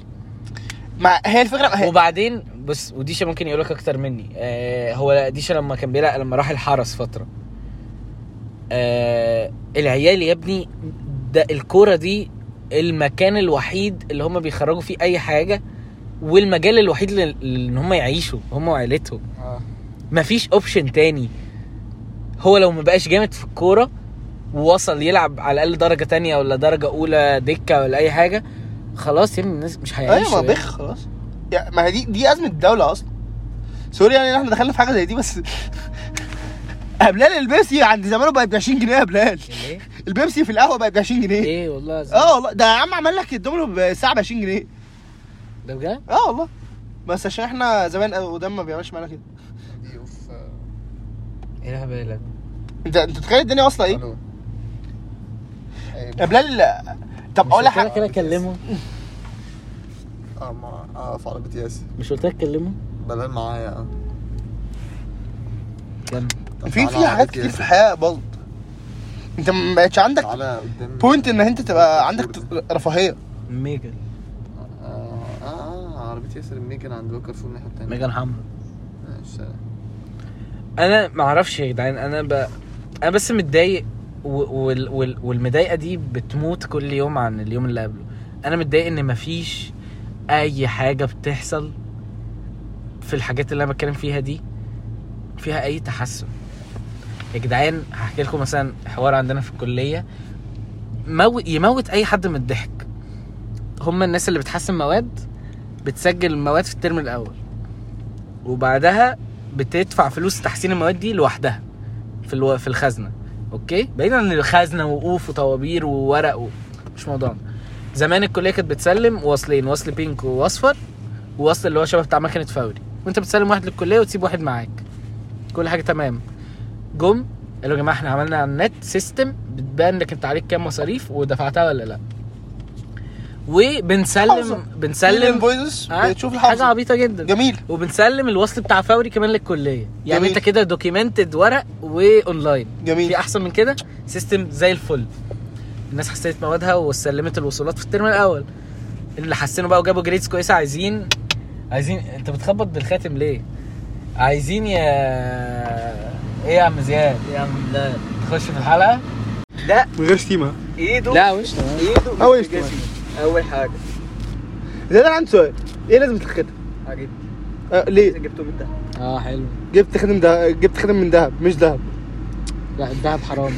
Speaker 2: مع هي الفكره ما هي
Speaker 3: وبعدين بص وديشا ممكن يقول لك اكتر مني آه هو ديشا لما كان بيلعب لما راح الحرس فتره آه العيال يا ابني ده الكوره دي المكان الوحيد اللي هم بيخرجوا فيه اي حاجه والمجال الوحيد لل- لل- ان هم يعيشوا هم وعيلتهم
Speaker 4: آه.
Speaker 3: مفيش اوبشن تاني هو لو مبقاش جامد في الكوره ووصل يلعب على الاقل درجه تانية ولا درجه اولى دكه ولا اي حاجه خلاص يا ابني الناس مش هيعيشوا
Speaker 2: ايوه ما
Speaker 3: يعني.
Speaker 2: بخ خلاص يا- ما هي دي دي ازمه الدوله اصلا سوري يعني إن احنا دخلنا في حاجه زي دي بس قبلال البيبسي عند زمانه بقى ب 20 جنيه يا بلال
Speaker 3: ليه؟
Speaker 2: البيبسي في القهوه بقى ب 20 جنيه
Speaker 3: ايه والله العظيم.
Speaker 2: اه والله ده يا عم عمل لك الدومينو بساعه ب 20 جنيه
Speaker 3: ده بجد
Speaker 2: اه والله بس عشان احنا زمان قدام ما بيعملش معانا كده
Speaker 4: دي اوف
Speaker 3: ايه الهبل ده؟
Speaker 2: انت انت تخيل الدنيا واصله ايه؟
Speaker 4: الو أي-
Speaker 2: يا بلال طب
Speaker 3: مش
Speaker 2: اقول لك
Speaker 3: قلت لك
Speaker 2: حاجه
Speaker 3: كده كلمه
Speaker 4: اه ما اه في عربيه ياسر
Speaker 3: مش قلت لك كلمه
Speaker 4: بلال معايا اه
Speaker 3: كمل
Speaker 4: طب
Speaker 2: في في
Speaker 4: تعالى
Speaker 2: حاجات
Speaker 4: عربية
Speaker 2: كتير
Speaker 4: ياسر.
Speaker 2: في الحياه باظت انت ما بقتش عندك
Speaker 4: تعالى قدام
Speaker 2: بوينت ان انت تبقى عندك ت- رفاهيه
Speaker 3: ميجان
Speaker 4: اه اه آه، عربيه ياسر ميجان عند بكر فول الناحيه التانيه
Speaker 3: ميجان حمرا
Speaker 4: ماشي.
Speaker 3: انا ما اعرفش يا جدعان انا ب... انا بس متضايق و... وال... وال... والمضايقه دي بتموت كل يوم عن اليوم اللي قبله انا متضايق ان مفيش اي حاجه بتحصل في الحاجات اللي انا بتكلم فيها دي فيها اي تحسن يا جدعان هحكي لكم مثلا حوار عندنا في الكليه مو... يموت اي حد من الضحك هم الناس اللي بتحسن مواد بتسجل المواد في الترم الاول وبعدها بتدفع فلوس تحسين المواد دي لوحدها في الو... في الخزنه اوكي بعيدا عن الخزنه وقوف وطوابير وورق و... مش موضوعنا زمان الكليه كانت بتسلم وصلين وصل بينك واصفر ووصل اللي هو شبه بتاع مكنه فوري وانت بتسلم واحد للكليه وتسيب واحد معاك كل حاجه تمام جم قالوا يا جماعه احنا عملنا على النت سيستم بتبان لك انت عليك كام مصاريف ودفعتها ولا لا وبنسلم
Speaker 2: حصل.
Speaker 3: بنسلم
Speaker 2: فويسز
Speaker 3: ها؟
Speaker 2: بتشوف
Speaker 3: حاجه
Speaker 2: الحافظه
Speaker 3: عبيطه جدا
Speaker 2: جميل
Speaker 3: وبنسلم الوصل بتاع فوري كمان للكليه يعني
Speaker 2: جميل.
Speaker 3: انت كده دوكيمنتد ورق واونلاين
Speaker 2: جميل
Speaker 3: في احسن من كده سيستم زي الفل الناس حسنت موادها وسلمت الوصولات في الترم الاول اللي حسنوا بقى وجابوا جريدز كويسه عايزين عايزين انت بتخبط بالخاتم ليه عايزين يا ايه يا عم زياد يا عم ده تخش في الحلقه ده
Speaker 2: من غير شتيمه
Speaker 3: ايده
Speaker 1: لا وش
Speaker 3: ايده
Speaker 2: أول
Speaker 3: مش
Speaker 2: اجتماع.
Speaker 3: جسمه. اول حاجه
Speaker 2: زياد انا عندي سؤال ايه لازمه الخاتم؟
Speaker 3: عجبني
Speaker 2: آه ليه؟
Speaker 3: جبته من ده اه حلو
Speaker 2: جبت خاتم ده جبت خاتم من دهب مش دهب
Speaker 3: لا الدهب حرام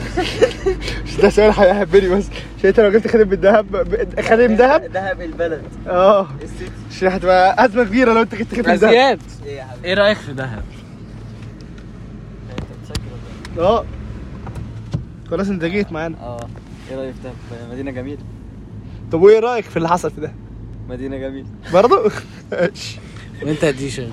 Speaker 2: مش ده سؤال هيحبني بس عشان انت لو جبت خاتم من دهب ب- خاتم دهب
Speaker 3: دهب البلد
Speaker 2: اه عشان هتبقى ازمه كبيره لو انت جبت خاتم دهب
Speaker 3: زياد ايه رايك في دهب؟
Speaker 2: اه خلاص انت جيت معانا
Speaker 5: اه ايه رايك في ده مدينه جميله
Speaker 2: طب وايه رايك في اللي حصل في ده؟
Speaker 5: مدينه جميله
Speaker 2: برضه؟
Speaker 3: وانت قد ايه شغال؟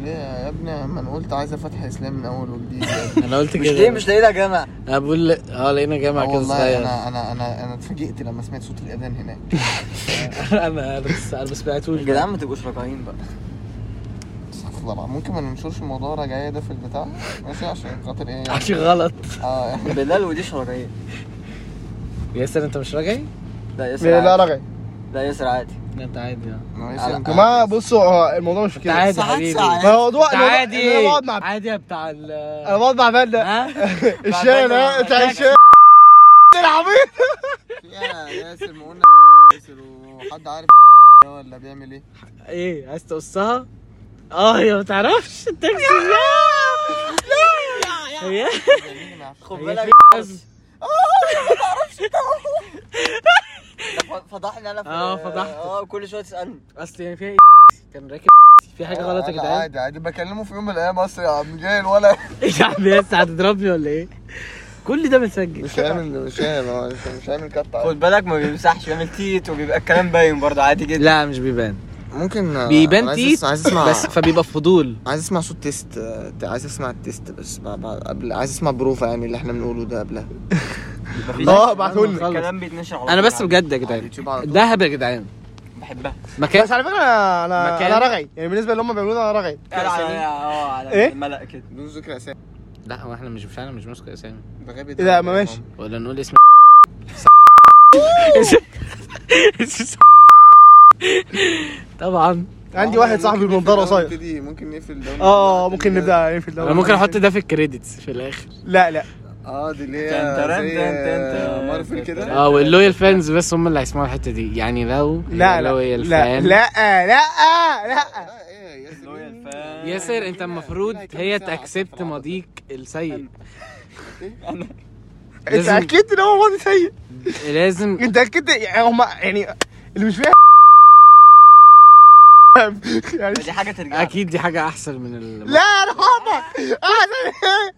Speaker 4: ليه يا ابني ما انا قلت عايز افتح اسلام من اول وجديد يا ابني.
Speaker 3: انا قلت
Speaker 5: مش ليه مش ليه يا جماعه
Speaker 3: انا بقول اه لقينا جامع
Speaker 4: آه
Speaker 3: كده
Speaker 4: والله
Speaker 3: صغير
Speaker 4: انا انا انا انا اتفاجئت لما سمعت صوت الاذان هناك
Speaker 3: انا بس انا ما سمعتوش
Speaker 5: يا جدعان ما تبقوش راجعين بقى
Speaker 4: استغفر الله العظيم. ممكن ما ننشرش الموضوع رجعيه ده في البتاع ماشي عشان خاطر ايه يعني
Speaker 3: عشان غلط
Speaker 4: اه يعني
Speaker 5: بلال وديش راجعين
Speaker 3: ياسر انت مش راجعي؟
Speaker 5: لا ياسر
Speaker 2: لا
Speaker 5: عادي
Speaker 2: رجعي
Speaker 5: لا ياسر عادي
Speaker 3: لا انت عادي اه
Speaker 4: ماشي،
Speaker 5: على-
Speaker 4: انت-
Speaker 2: يا جماعه بصوا هو الموضوع مش
Speaker 3: انت
Speaker 2: كده
Speaker 3: عادي يا حبيبي
Speaker 5: ساعات.
Speaker 2: ما هو موضوع
Speaker 3: انت عادي
Speaker 2: انا بقعد مع
Speaker 3: عادي يا بتاع ال
Speaker 2: انا بقعد مع بال ده
Speaker 3: ها؟
Speaker 2: الشارع ده بتاع الشارع العبيط
Speaker 4: يا ياسر ما قلنا ياسر وحد عارف ده ولا بيعمل ايه
Speaker 3: ايه عايز تقصها؟ اه هي ما تعرفش التاكسي لا لا هي
Speaker 4: مين ما يعرفش؟
Speaker 5: خد
Speaker 3: هي
Speaker 5: بالك
Speaker 3: في عزم.
Speaker 5: ده فضحني انا في
Speaker 3: آه، فضحت.
Speaker 5: اه كل شويه تسالني
Speaker 3: اصل يعني فيها كان راكب في حاجه
Speaker 4: آه،
Speaker 3: غلط يا
Speaker 4: لا،
Speaker 3: جدعان
Speaker 4: عادي عادي بكلمه في يوم من الايام اصلا يا عم جاي ولا
Speaker 3: يا عم ياسر هتضربني ولا ايه؟ كل ده متسجل
Speaker 4: مش هيعمل مش هيعمل مش هيعمل كات عادي.
Speaker 5: خد بالك ما بيمسحش بيعمل تيت وبيبقى الكلام باين برضه عادي جدا
Speaker 3: لا مش بيبان
Speaker 4: ممكن آه،
Speaker 3: بيبان
Speaker 4: عايز
Speaker 3: تيت
Speaker 4: أسمع- عايز اسمع
Speaker 3: بس فبيبقى فضول
Speaker 4: عايز اسمع صوت تيست آه، عايز اسمع التيست بس مع- مع- قبل عايز اسمع بروفا يعني اللي احنا بنقوله ده قبلها
Speaker 5: مفيش-
Speaker 2: اه، بعتهولنا.
Speaker 5: الكلام بيتنشر على
Speaker 3: انا
Speaker 5: طول
Speaker 3: بس
Speaker 5: عادي.
Speaker 3: بجد يا
Speaker 4: على
Speaker 3: جدعان آه،
Speaker 4: اليوتيوب على طول.
Speaker 3: دهب يا جدعان
Speaker 5: بحبها
Speaker 3: مكان
Speaker 2: بس على فكره انا انا,
Speaker 3: مكان.
Speaker 2: أنا رغي يعني بالنسبه اللي هم بيعملوه ده انا رغي
Speaker 5: على- على- اه على
Speaker 2: إيه؟
Speaker 5: الملأ كده
Speaker 4: بدون ذكر اسامي
Speaker 3: لا هو احنا مش فعلا مش نذكر اسامي
Speaker 4: ده غبي
Speaker 2: إيه ده، ما ماشي.
Speaker 3: ولا نقول اسم طبعا
Speaker 2: عندي واحد صاحبي
Speaker 4: ممكن
Speaker 2: بمنظار
Speaker 4: نقفل ده
Speaker 2: قصير
Speaker 4: ونبتدي- ممكن نقفل ده
Speaker 2: اه
Speaker 4: ونبتدي
Speaker 2: ممكن
Speaker 4: ده.
Speaker 2: نبدا نقفل ده
Speaker 3: انا ممكن احط ده في الكريدتس في الاخر
Speaker 2: لا لا
Speaker 4: اه دي اللي
Speaker 5: تن ترن
Speaker 4: هي زي
Speaker 5: تن تن تن
Speaker 4: مارفل
Speaker 5: تن
Speaker 4: كده
Speaker 3: اه واللويال فانز بس هم اللي هيسمعوا الحته دي يعني لو
Speaker 2: لا لا
Speaker 3: لويال
Speaker 2: لا لا
Speaker 3: فان
Speaker 2: لا لا
Speaker 4: لا، إيه، ياسر،
Speaker 5: اللي هو
Speaker 4: إيه؟
Speaker 5: الفان.
Speaker 3: ياسر انت
Speaker 4: هنا-
Speaker 3: المفروض
Speaker 4: هنا كام
Speaker 3: هي
Speaker 4: ساعة
Speaker 3: تاكسبت
Speaker 4: في العرض؟
Speaker 3: مضيق السيء
Speaker 2: انت
Speaker 3: لازم-
Speaker 2: اكدت ان هو ماضي سيء
Speaker 3: لازم
Speaker 2: انت اكدت يعني هم يعني اللي مش فاهم يعني
Speaker 5: دي حاجه ترجع لها.
Speaker 3: اكيد دي حاجه احسن من ال...
Speaker 2: لا انا حاضر احسن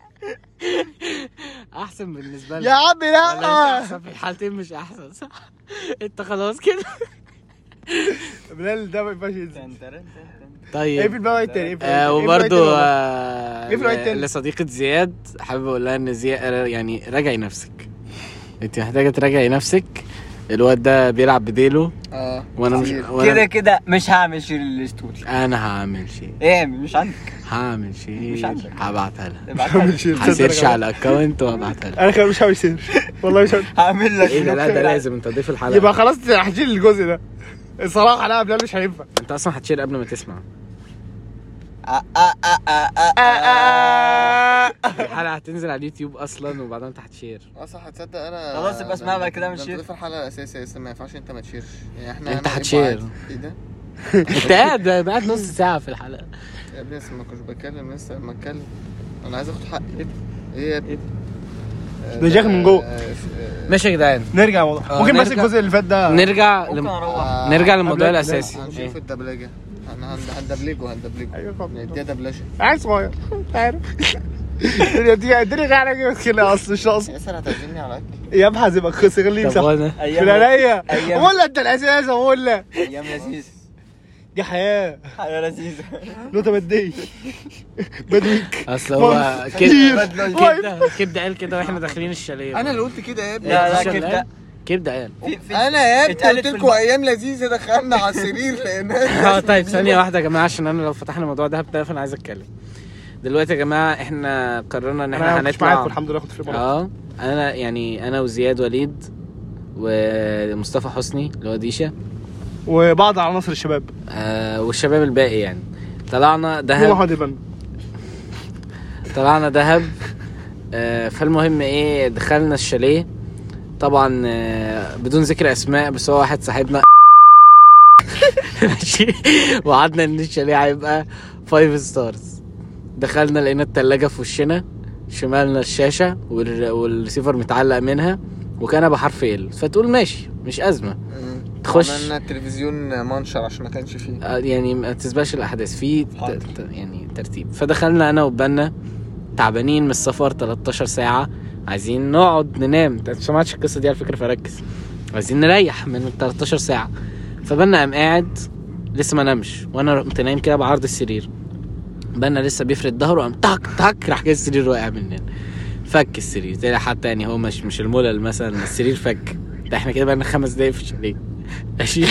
Speaker 3: احسن بالنسبه لك
Speaker 2: يا عم
Speaker 3: ولا
Speaker 2: لا
Speaker 3: مش احسن في الحالتين مش احسن صح انت خلاص كده
Speaker 2: بلال ده ما ينفعش ينزل
Speaker 5: تن ترن تن تن.
Speaker 3: طيب
Speaker 2: اقفل بقى واحد تاني اقفل
Speaker 3: آه
Speaker 2: واحد تاني.
Speaker 3: وبرضو
Speaker 2: اقفل واحد تاني والله.
Speaker 3: آه
Speaker 2: اقفل واحد تاني.
Speaker 3: لصديقة زياد حابب اقول لها ان زياد يعني راجعي نفسك انت محتاجة تراجعي نفسك الواد ده بيلعب بديله
Speaker 5: آه.
Speaker 4: اه
Speaker 3: وانا مش
Speaker 4: كتير.
Speaker 5: كده
Speaker 3: وانا
Speaker 5: كده مش هعمل شير الاستوري
Speaker 3: انا هعمل شيء
Speaker 5: اعمل مش عندك
Speaker 3: هعمل شيء
Speaker 5: مش عندك.
Speaker 3: هبعتها لها
Speaker 5: ابعتها.
Speaker 3: هسيرش على الاكونت وابعتها لها
Speaker 2: انا خلاص مش هعمل سير والله مش هعمل
Speaker 5: هعمل لك
Speaker 3: ايه ده لا ده
Speaker 5: شير.
Speaker 3: لازم انت تضيف الحلقة
Speaker 2: يبقى خلاص هشيل الجزء ده الصراحه لا بلال مش هينفع
Speaker 3: انت اصلا هتشيل قبل ما تسمع
Speaker 5: آه، آه، آه، آه، آه،
Speaker 2: آه،
Speaker 5: آه.
Speaker 2: آه، آه.
Speaker 3: الحلقة هتنزل على اليوتيوب اصلا وبعدين انت هتشير
Speaker 4: اه صح هتصدق انا
Speaker 5: خلاص، يبقى اسمعها بعد كده مش شير.
Speaker 4: شير في الحلقه الاساسيه لسه ما ينفعش انت ما تشيرش يعني احنا
Speaker 3: انت
Speaker 4: هنبقى
Speaker 3: هتشير.
Speaker 4: قاعد- ايه ده
Speaker 3: انت قاعد قاعد نص ساعة في الحلقة
Speaker 4: يا ابني لسه ما كنتش بتكلم لسه ما اتكلم انا عايز اخد حقي ايه يا ابني
Speaker 2: ده شيخ إيه؟ من جوه.
Speaker 4: آه، آه،
Speaker 3: ماشي يا جدعان
Speaker 2: نرجع والله
Speaker 3: آه،
Speaker 2: ممكن بس
Speaker 3: نرجع.
Speaker 2: الجزء اللي فات ده
Speaker 3: نرجع
Speaker 5: ممكن
Speaker 3: لم...
Speaker 5: اروح
Speaker 3: نرجع إيه. للموضوع
Speaker 2: قبل-
Speaker 3: الاساسي
Speaker 4: هنشوف الدبلجه هن- هن- هندبلجه هندبلجه
Speaker 2: ايوه طبعا
Speaker 4: نديها دبلجه
Speaker 2: عيل صغير انت عارف الدنيا دي الدنيا دي على كده كده اصل مش ناقصه
Speaker 4: ياسر إيه هتعزمني على اكل
Speaker 2: يا ابحث يبقى خسر لي
Speaker 3: طب
Speaker 2: مسافه
Speaker 3: وانا
Speaker 2: في
Speaker 5: ايام
Speaker 2: العليا
Speaker 5: أيام.
Speaker 2: ولا انت الاساس ولا
Speaker 5: ايام لذيذ
Speaker 2: دي حياه
Speaker 5: حياه لذيذه
Speaker 2: نوتة بدية بدويك
Speaker 3: اصل هو كده
Speaker 2: كتير.
Speaker 3: كبده كبده قال كده واحنا داخلين الشاليه إيه،
Speaker 4: انا اللي قلت كده يا ابني
Speaker 5: لا لا
Speaker 3: الشاليه.
Speaker 5: كبده
Speaker 3: كبده قال
Speaker 4: انا يا ابني
Speaker 5: اتقالت
Speaker 4: قلت
Speaker 5: في
Speaker 4: لكم
Speaker 5: الم-
Speaker 4: ايام لذيذه دخلنا على السرير لقيناها
Speaker 3: اه طيب ثانية واحدة يا جماعة عشان انا لو فتحنا الموضوع ده هبدا فانا عايز اتكلم دلوقتي يا جماعة احنا قررنا ان
Speaker 2: انا
Speaker 3: احنا
Speaker 2: هنطلع معاكم
Speaker 3: هنطلع
Speaker 2: الحمد لله كنت في المرة
Speaker 3: اه انا يعني انا وزياد وليد ومصطفى حسني اللي هو ديشا
Speaker 2: وبعض عناصر الشباب
Speaker 3: آه والشباب الباقي يعني طلعنا
Speaker 2: هو
Speaker 3: دهب
Speaker 2: محمد البنا
Speaker 3: طلعنا دهب آه فالمهم ايه دخلنا الشاليه طبعا آه بدون ذكر اسماء بس هو واحد صاحبنا ماشي وقعدنا ان الشاليه هيبقى فايف ستارز دخلنا لقينا التلاجة في وشنا شمالنا الشاشة وال- والريسيفر متعلق منها وكان بحرف ال فتقول ماشي مش أزمة تخش.
Speaker 4: آه، عملنا التلفزيون منشر عشان ما كانش فيه
Speaker 3: آه، يعني ما تسبقش الاحداث في ت-
Speaker 5: حاضر.
Speaker 3: ت- يعني ترتيب فدخلنا انا وبنا تعبانين من السفر 13 ساعه عايزين نقعد ننام انت ما سمعتش القصه دي على فكره فركز عايزين نريح من ال 13 ساعه فبنا قام قاعد لسه ما نامش وانا قمت نايم كده بعرض السرير بنا لسه بيفرد ظهره قام تك تك راح جاي السرير واقع مننا فك السرير ده حتى يعني هو مش مش الملل مثلا السرير فك ده احنا كده بقالنا خمس دقايق في الشاليه ماشي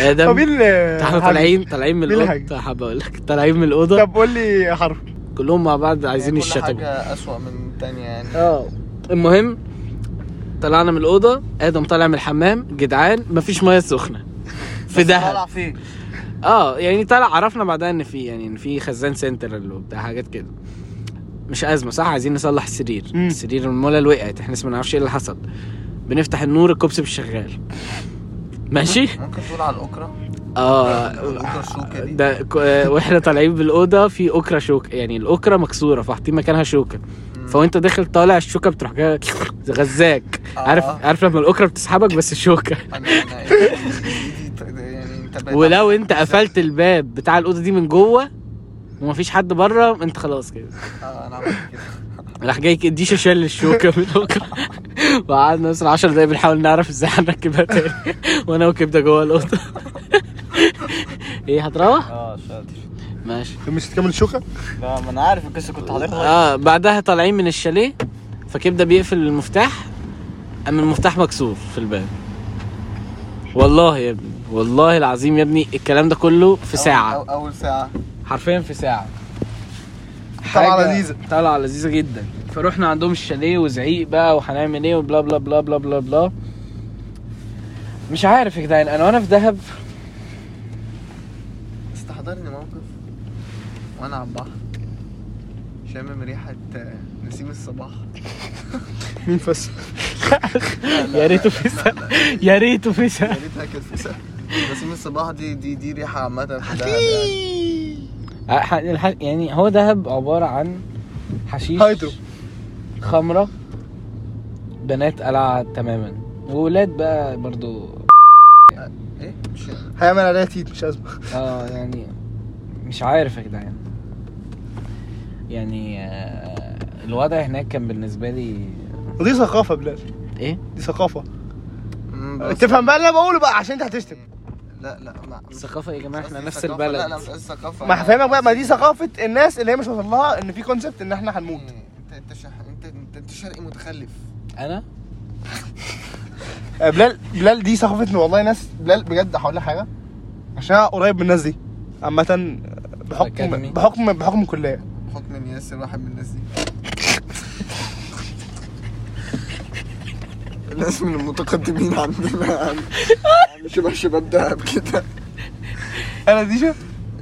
Speaker 3: ادم
Speaker 2: طب ايه اللي-
Speaker 3: احنا طالعين طالعين من
Speaker 2: مين الحاج؟
Speaker 3: الاوضه حابب اقول لك طالعين من الاوضه
Speaker 2: طب قول لي حرف
Speaker 3: كلهم مع بعض عايزين
Speaker 4: يعني كل
Speaker 3: يشطبوا
Speaker 4: حاجه اسوأ من التانية يعني
Speaker 3: اه المهم طلعنا من الاوضه ادم طالع من الحمام جدعان مفيش ميه سخنه في دهب
Speaker 4: طلع فيه
Speaker 3: اه يعني طلع عرفنا بعدها ان في يعني ان في خزان سنترال وبتاع حاجات كده مش ازمه صح عايزين نصلح السرير
Speaker 2: مم.
Speaker 3: السرير المولل وقعت احنا لسه ما نعرفش ايه اللي حصل بنفتح النور الكوبس مش شغال ماشي
Speaker 4: ممكن تقول على الاوكرا
Speaker 3: اه
Speaker 4: الأوكرا الشوكة دي.
Speaker 3: ده ك- آه، واحنا طالعين بالاوضه في اوكرا شوكه يعني الاوكرا مكسوره فحاطين مكانها شوكه فوانت داخل طالع الشوكه بتروح جايه غزاك
Speaker 4: آه.
Speaker 3: عارف عارف لما الاوكرا بتسحبك بس الشوكه
Speaker 4: أنا- أنا يعني دي- دي- يعني انت بقيت-
Speaker 3: ولو انت قفلت الباب بتاع الاوضه دي من جوه ومفيش حد بره انت خلاص كده
Speaker 4: اه انا عملت كده
Speaker 3: راح جاي كده ديشه شال الشوكه من الاوكرا وقعدنا مثلا 10 دقايق بنحاول نعرف ازاي هنركبها تاني وانا وكبده جوه الاوضه ايه هتروح؟
Speaker 5: اه شاطر
Speaker 3: ماشي
Speaker 2: مش تكمل الشوكه
Speaker 5: لا ما انا عارف القصه كنت حاضرها
Speaker 3: اه بعدها طالعين من الشاليه فكبده بيقفل المفتاح اما المفتاح مكسور في الباب والله يا ابني والله العظيم يا ابني الكلام ده كله في ساعة
Speaker 4: أول- أول- اول ساعه
Speaker 3: حرفيا في ساعة
Speaker 2: طلعة
Speaker 3: حاجة-
Speaker 2: لذيذة.
Speaker 3: طلعة لذيذة جدا فروحنا عندهم الشاليه وزعيق بقى وهنعمل ايه وبلا بلا بلا بلا بلا بلا مش عارف يا جدعان انا وانا في دهب
Speaker 4: استحضرني موقف وانا على البحر شامم ريحه آه، نسيم الصباح
Speaker 2: مين فس
Speaker 3: يا ريته في ساعة يا ريته في ساعة
Speaker 4: يا ريتها كانت نسيم الصباح دي دي دي ريحه عامه في دهب يعني.
Speaker 3: ح- الح- يعني هو دهب عبارة عن حشيش
Speaker 2: هايدرو.
Speaker 3: خمرة بنات قلعة تماما وولاد بقى برضو
Speaker 4: ايه مش
Speaker 2: هيعمل عليها تيت مش ازمه
Speaker 3: اه يعني مش عارف يا جدعان يعني آه، الوضع هناك كان بالنسبة لي
Speaker 2: ودي ثقافه بلال
Speaker 5: إيه؟
Speaker 3: ايه؟
Speaker 2: دي ثقافه
Speaker 4: مم، بس-
Speaker 2: تفهم بقى اللي انا بقوله بقى عشان انت هتشتم
Speaker 4: لا لا ما مش
Speaker 3: الثقافة يا جماعة احنا
Speaker 4: قصدي
Speaker 3: نفس
Speaker 4: ثقافة، لا لا
Speaker 3: البلد
Speaker 4: مش قصدي ثقافه
Speaker 2: ما هفهمك بقى ما دي ثقافه الناس اللي هي مش واصل لها ان في كونسبت ان احنا هنموت
Speaker 4: انت انت شح... انت انت انت شرقي متخلف
Speaker 3: انا
Speaker 2: آه، بلال بلال دي ثقافتنا والله ناس بلال بجد هقول لك حاجه عشان أنا قريب من الناس دي عامة آه،
Speaker 3: أكاديمي.
Speaker 2: بحكم بحكم بحكم الكلية
Speaker 4: حكم ان ياسر واحد من الناس دي الناس من المتقدمين عندنا يعني. شبه شباب دهب كده
Speaker 2: انا ديشا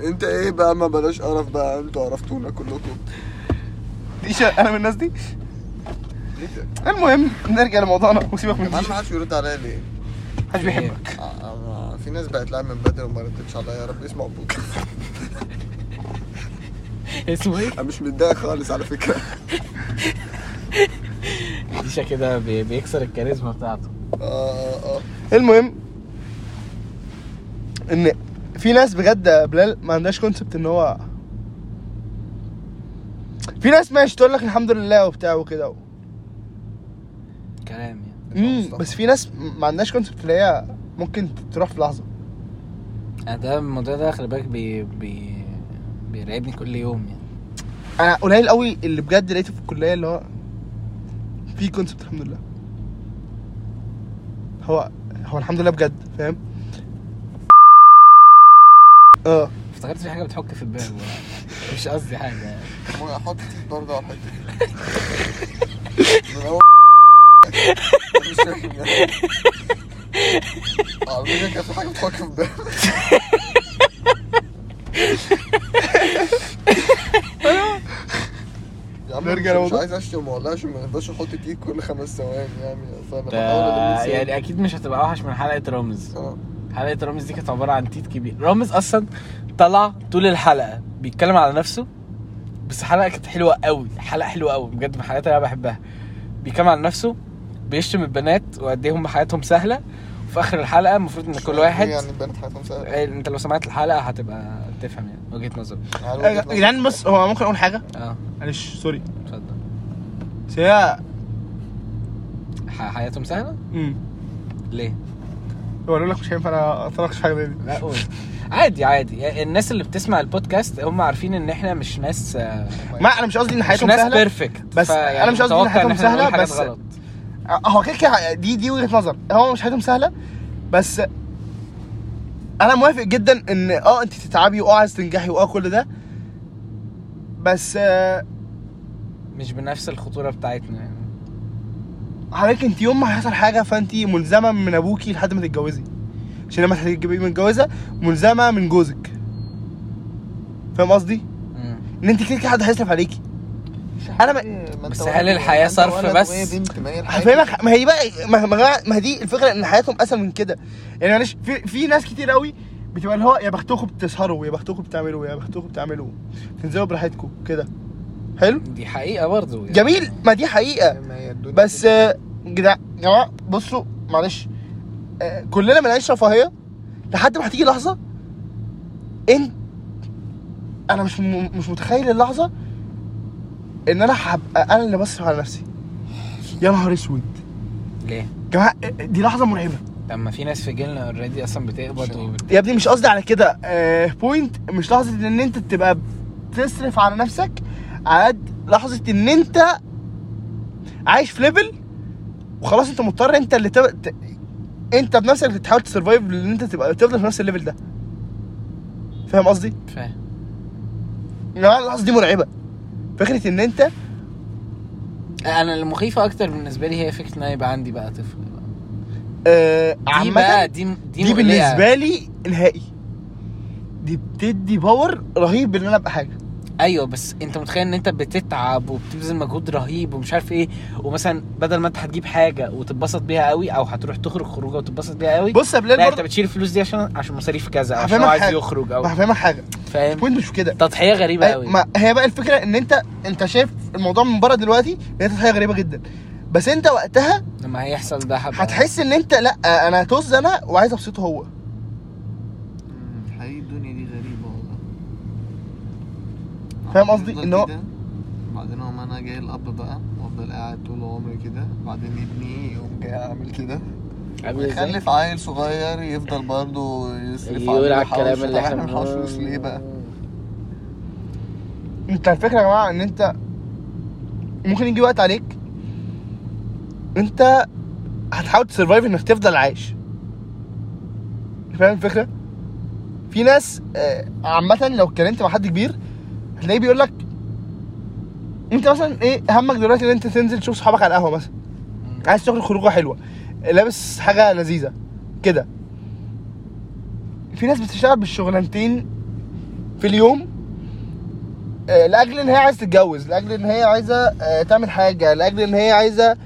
Speaker 4: انت ايه بقى ما بلاش قرف بقى انتوا عرفتونا كلكم
Speaker 2: ديشا انا من الناس دي
Speaker 4: ليه ده؟
Speaker 2: المهم نرجع لموضوعنا وسيبك من
Speaker 4: كمان
Speaker 2: ديشا
Speaker 4: ما حدش يرد عليا ليه؟
Speaker 2: محدش بيحبك
Speaker 4: آه، آه، في ناس بقت لعب من بدري وما ردتش عليا يا رب يسمع ابوك
Speaker 3: اسمه ايه؟
Speaker 4: انا مش متضايق خالص على فكره
Speaker 3: ديشا كده بي- بيكسر الكاريزما بتاعته
Speaker 4: اه اه اه
Speaker 2: المهم ان في ناس بجد يا بلال ما عندهاش كونسبت ان هو في ناس ماشي تقول لك الحمد لله وبتاع وكده
Speaker 3: كلام يعني
Speaker 2: امم بس في ناس ما عندهاش كونسبت اللي هي ممكن تروح في لحظه
Speaker 3: أنا يعني ده الموضوع ده خلي بالك بي بي بيرعبني كل يوم يعني
Speaker 2: انا قليل قوي اللي بجد لقيته في الكليه اللي هو في كونسبت الحمد لله هو هو الحمد لله بجد فاهم اه
Speaker 3: افتكرت في حاجه بتحك في الباب مش قصدي حاجه
Speaker 4: احط برضه على الحته دي. من اول مش فاكر يعني. على فكرة كان في حاجه بتحك في الباب يا عم
Speaker 2: نرجع
Speaker 4: مش- مش
Speaker 2: لموضوع-
Speaker 4: عايز اشتم والله عشان ما نقدرش احط كيك كل خمس ثواني يعني فانا بحاول
Speaker 3: ده
Speaker 4: أدبس
Speaker 3: يعني اكيد مش هتبقى اوحش من حلقه رامز
Speaker 4: آه.
Speaker 3: حلقه رامز دي كانت عباره عن تيت كبير رامز اصلا طلع طول الحلقه بيتكلم على نفسه بس الحلقه كانت حلوه قوي حلقه حلوه قوي بجد من الحلقات اللي انا بحبها بيتكلم على نفسه بيشتم البنات وقد ايه هم حياتهم سهله وفي اخر الحلقه المفروض ان كل واحد
Speaker 4: يعني بنت حياتهم سهله
Speaker 3: إيه، انت لو سمعت الحلقه هتبقى تفهم يعني وجهه نظر
Speaker 4: على
Speaker 2: يا
Speaker 4: وجهة
Speaker 2: جدعان بص هو ممكن اقول حاجه
Speaker 3: اه
Speaker 2: معلش سوري
Speaker 3: اتفضل
Speaker 2: بس هي
Speaker 3: ح- حياتهم سهله
Speaker 2: امم
Speaker 3: ليه
Speaker 2: هو اقول لك مش هينفع انا اتناقش في حاجه زي دي
Speaker 3: لا قول عادي عادي يعني الناس اللي بتسمع البودكاست هم عارفين ان احنا مش ناس آه،
Speaker 2: ما انا مش قصدي ان
Speaker 3: مش
Speaker 2: حياتهم
Speaker 3: ناس
Speaker 2: سهله
Speaker 3: بيرفكت
Speaker 2: بس
Speaker 3: فيعني
Speaker 2: أنا مش قصدي إن
Speaker 3: متوقع
Speaker 2: حياتهم
Speaker 3: إحنا نقول
Speaker 2: سهلة،
Speaker 3: حاجات
Speaker 2: بس-
Speaker 3: غلط.
Speaker 2: هو كده كده دي دي وجهه نظر هو مش حياتهم سهله بس انا موافق جدا ان اه انت تتعبي واه عايز تنجحي واه كل ده بس آه،
Speaker 3: مش بنفس الخطوره بتاعتنا يعني
Speaker 2: حضرتك انت يوم ما هيحصل حاجه فانت ملزمه من ابوكي لحد ما تتجوزي عشان لما تبقي متجوزه ملزمه من جوزك فاهم قصدي؟
Speaker 3: مم.
Speaker 2: ان انت كده كده حد هيصرف عليكي انا ما
Speaker 4: ما
Speaker 3: بس
Speaker 4: أنت
Speaker 3: هل
Speaker 4: ولد-
Speaker 3: الحياة
Speaker 4: أنت
Speaker 3: صرف
Speaker 4: ولد
Speaker 3: بس؟
Speaker 4: وهي بنت ما هي الحياة
Speaker 2: هفهمك ما هي بقى ما, ما, ما دي الفكره ان حياتهم اسهل من كده يعني معلش في, في ناس كتير قوي بتبقى اللي هو يا بختكم بتسهروا يا بختكم بتعملوا يا بختكم بتعملوا تنزلوا براحتكم كده حلو
Speaker 3: دي حقيقه برضو يعني.
Speaker 2: جميل ما دي حقيقه
Speaker 4: ما هي الدنيا
Speaker 2: بس
Speaker 4: كده.
Speaker 2: آه، جدع يا جماعه بصوا معلش آه، كلنا بنعيش رفاهيه لحد ما هتيجي لحظه انت انا مش م... مش متخيل اللحظه ان انا هبقى انا اللي بصرف على نفسي يا نهار اسود
Speaker 3: ليه
Speaker 2: جماعه دي لحظه مرعبه
Speaker 3: طب ما في ناس في جيلنا اوريدي اصلا بتقبض وبت...
Speaker 2: يا ابني مش قصدي على كده آه بوينت مش لحظه ان انت تبقى بتصرف على نفسك على قد لحظه ان انت عايش في ليفل وخلاص انت مضطر انت اللي تب... ت... انت بنفسك بتحاول تسرفايف ان انت تبقى تفضل في نفس الليفل ده فاهم قصدي؟
Speaker 3: فاهم
Speaker 2: يا جماعه اللحظه دي مرعبه فكره ان انت
Speaker 3: انا المخيفه اكتر بالنسبه لي هي فكره ان انا يبقى عندي بقى طفل
Speaker 2: آه
Speaker 3: دي
Speaker 2: عامه
Speaker 3: بقى دي دي,
Speaker 2: دي
Speaker 3: مقلقة.
Speaker 2: بالنسبه لي نهائي دي بتدي باور رهيب ان انا ابقى حاجه
Speaker 3: ايوه بس انت متخيل ان انت بتتعب وبتبذل مجهود رهيب ومش عارف ايه ومثلا بدل ما انت هتجيب حاجه وتتبسط بيها قوي او هتروح تخرج خروجه وتتبسط بيها قوي
Speaker 2: بص يا بلال
Speaker 3: لا انت
Speaker 2: برضه
Speaker 3: بتشيل الفلوس دي عشان عشان مصاريف كذا أو عشان
Speaker 2: هفهمك
Speaker 3: هو عايز
Speaker 2: حاجة.
Speaker 3: يخرج او
Speaker 2: هفهمك حاجه
Speaker 3: فاهم
Speaker 2: البوينت مش في كده
Speaker 3: تضحيه غريبه
Speaker 2: أي-
Speaker 3: قوي
Speaker 2: ما هي بقى الفكره ان انت انت شايف الموضوع من بره دلوقتي ان انت حاجه غريبه جدا بس انت وقتها
Speaker 3: لما هيحصل ده هبقى
Speaker 2: هتحس ان انت لا انا هتوز انا وعايز ابسطه هو
Speaker 4: مم، حقيقي الدنيا دي غريبة والله
Speaker 2: فاهم قصدي؟
Speaker 4: هفضل
Speaker 2: إن هو-
Speaker 4: كده، بعدين اقوم انا جاي الاب بقى وافضل قاعد طول عمري كده بعدين ابني يقوم جاي عامل كده
Speaker 3: إيه عامل إزاي؟
Speaker 4: ويخلف عيل صغير يفضل برضه يصرف
Speaker 3: يقول على
Speaker 4: ويحوش.
Speaker 3: الكلام اللي
Speaker 4: طب
Speaker 3: احنا
Speaker 4: بنحوش فلوس ليه بقى؟
Speaker 2: انت الفكره يا جماعه ان انت ممكن يجي وقت عليك انت هتحاول تسرفايف انك تفضل عايش فاهم الفكره في ناس آه، عامه لو اتكلمت مع حد كبير هتلاقيه بيقول لك انت مثلا ايه همك دلوقتي ان انت تنزل تشوف صحابك على القهوه مثلا عايز تخرج خروجه حلوه لابس حاجه لذيذه كده في ناس بتشتغل بالشغلانتين في اليوم آه، لاجل ان هي عايزه تتجوز لاجل ان هي عايزه آه، تعمل حاجه لاجل ان هي عايزه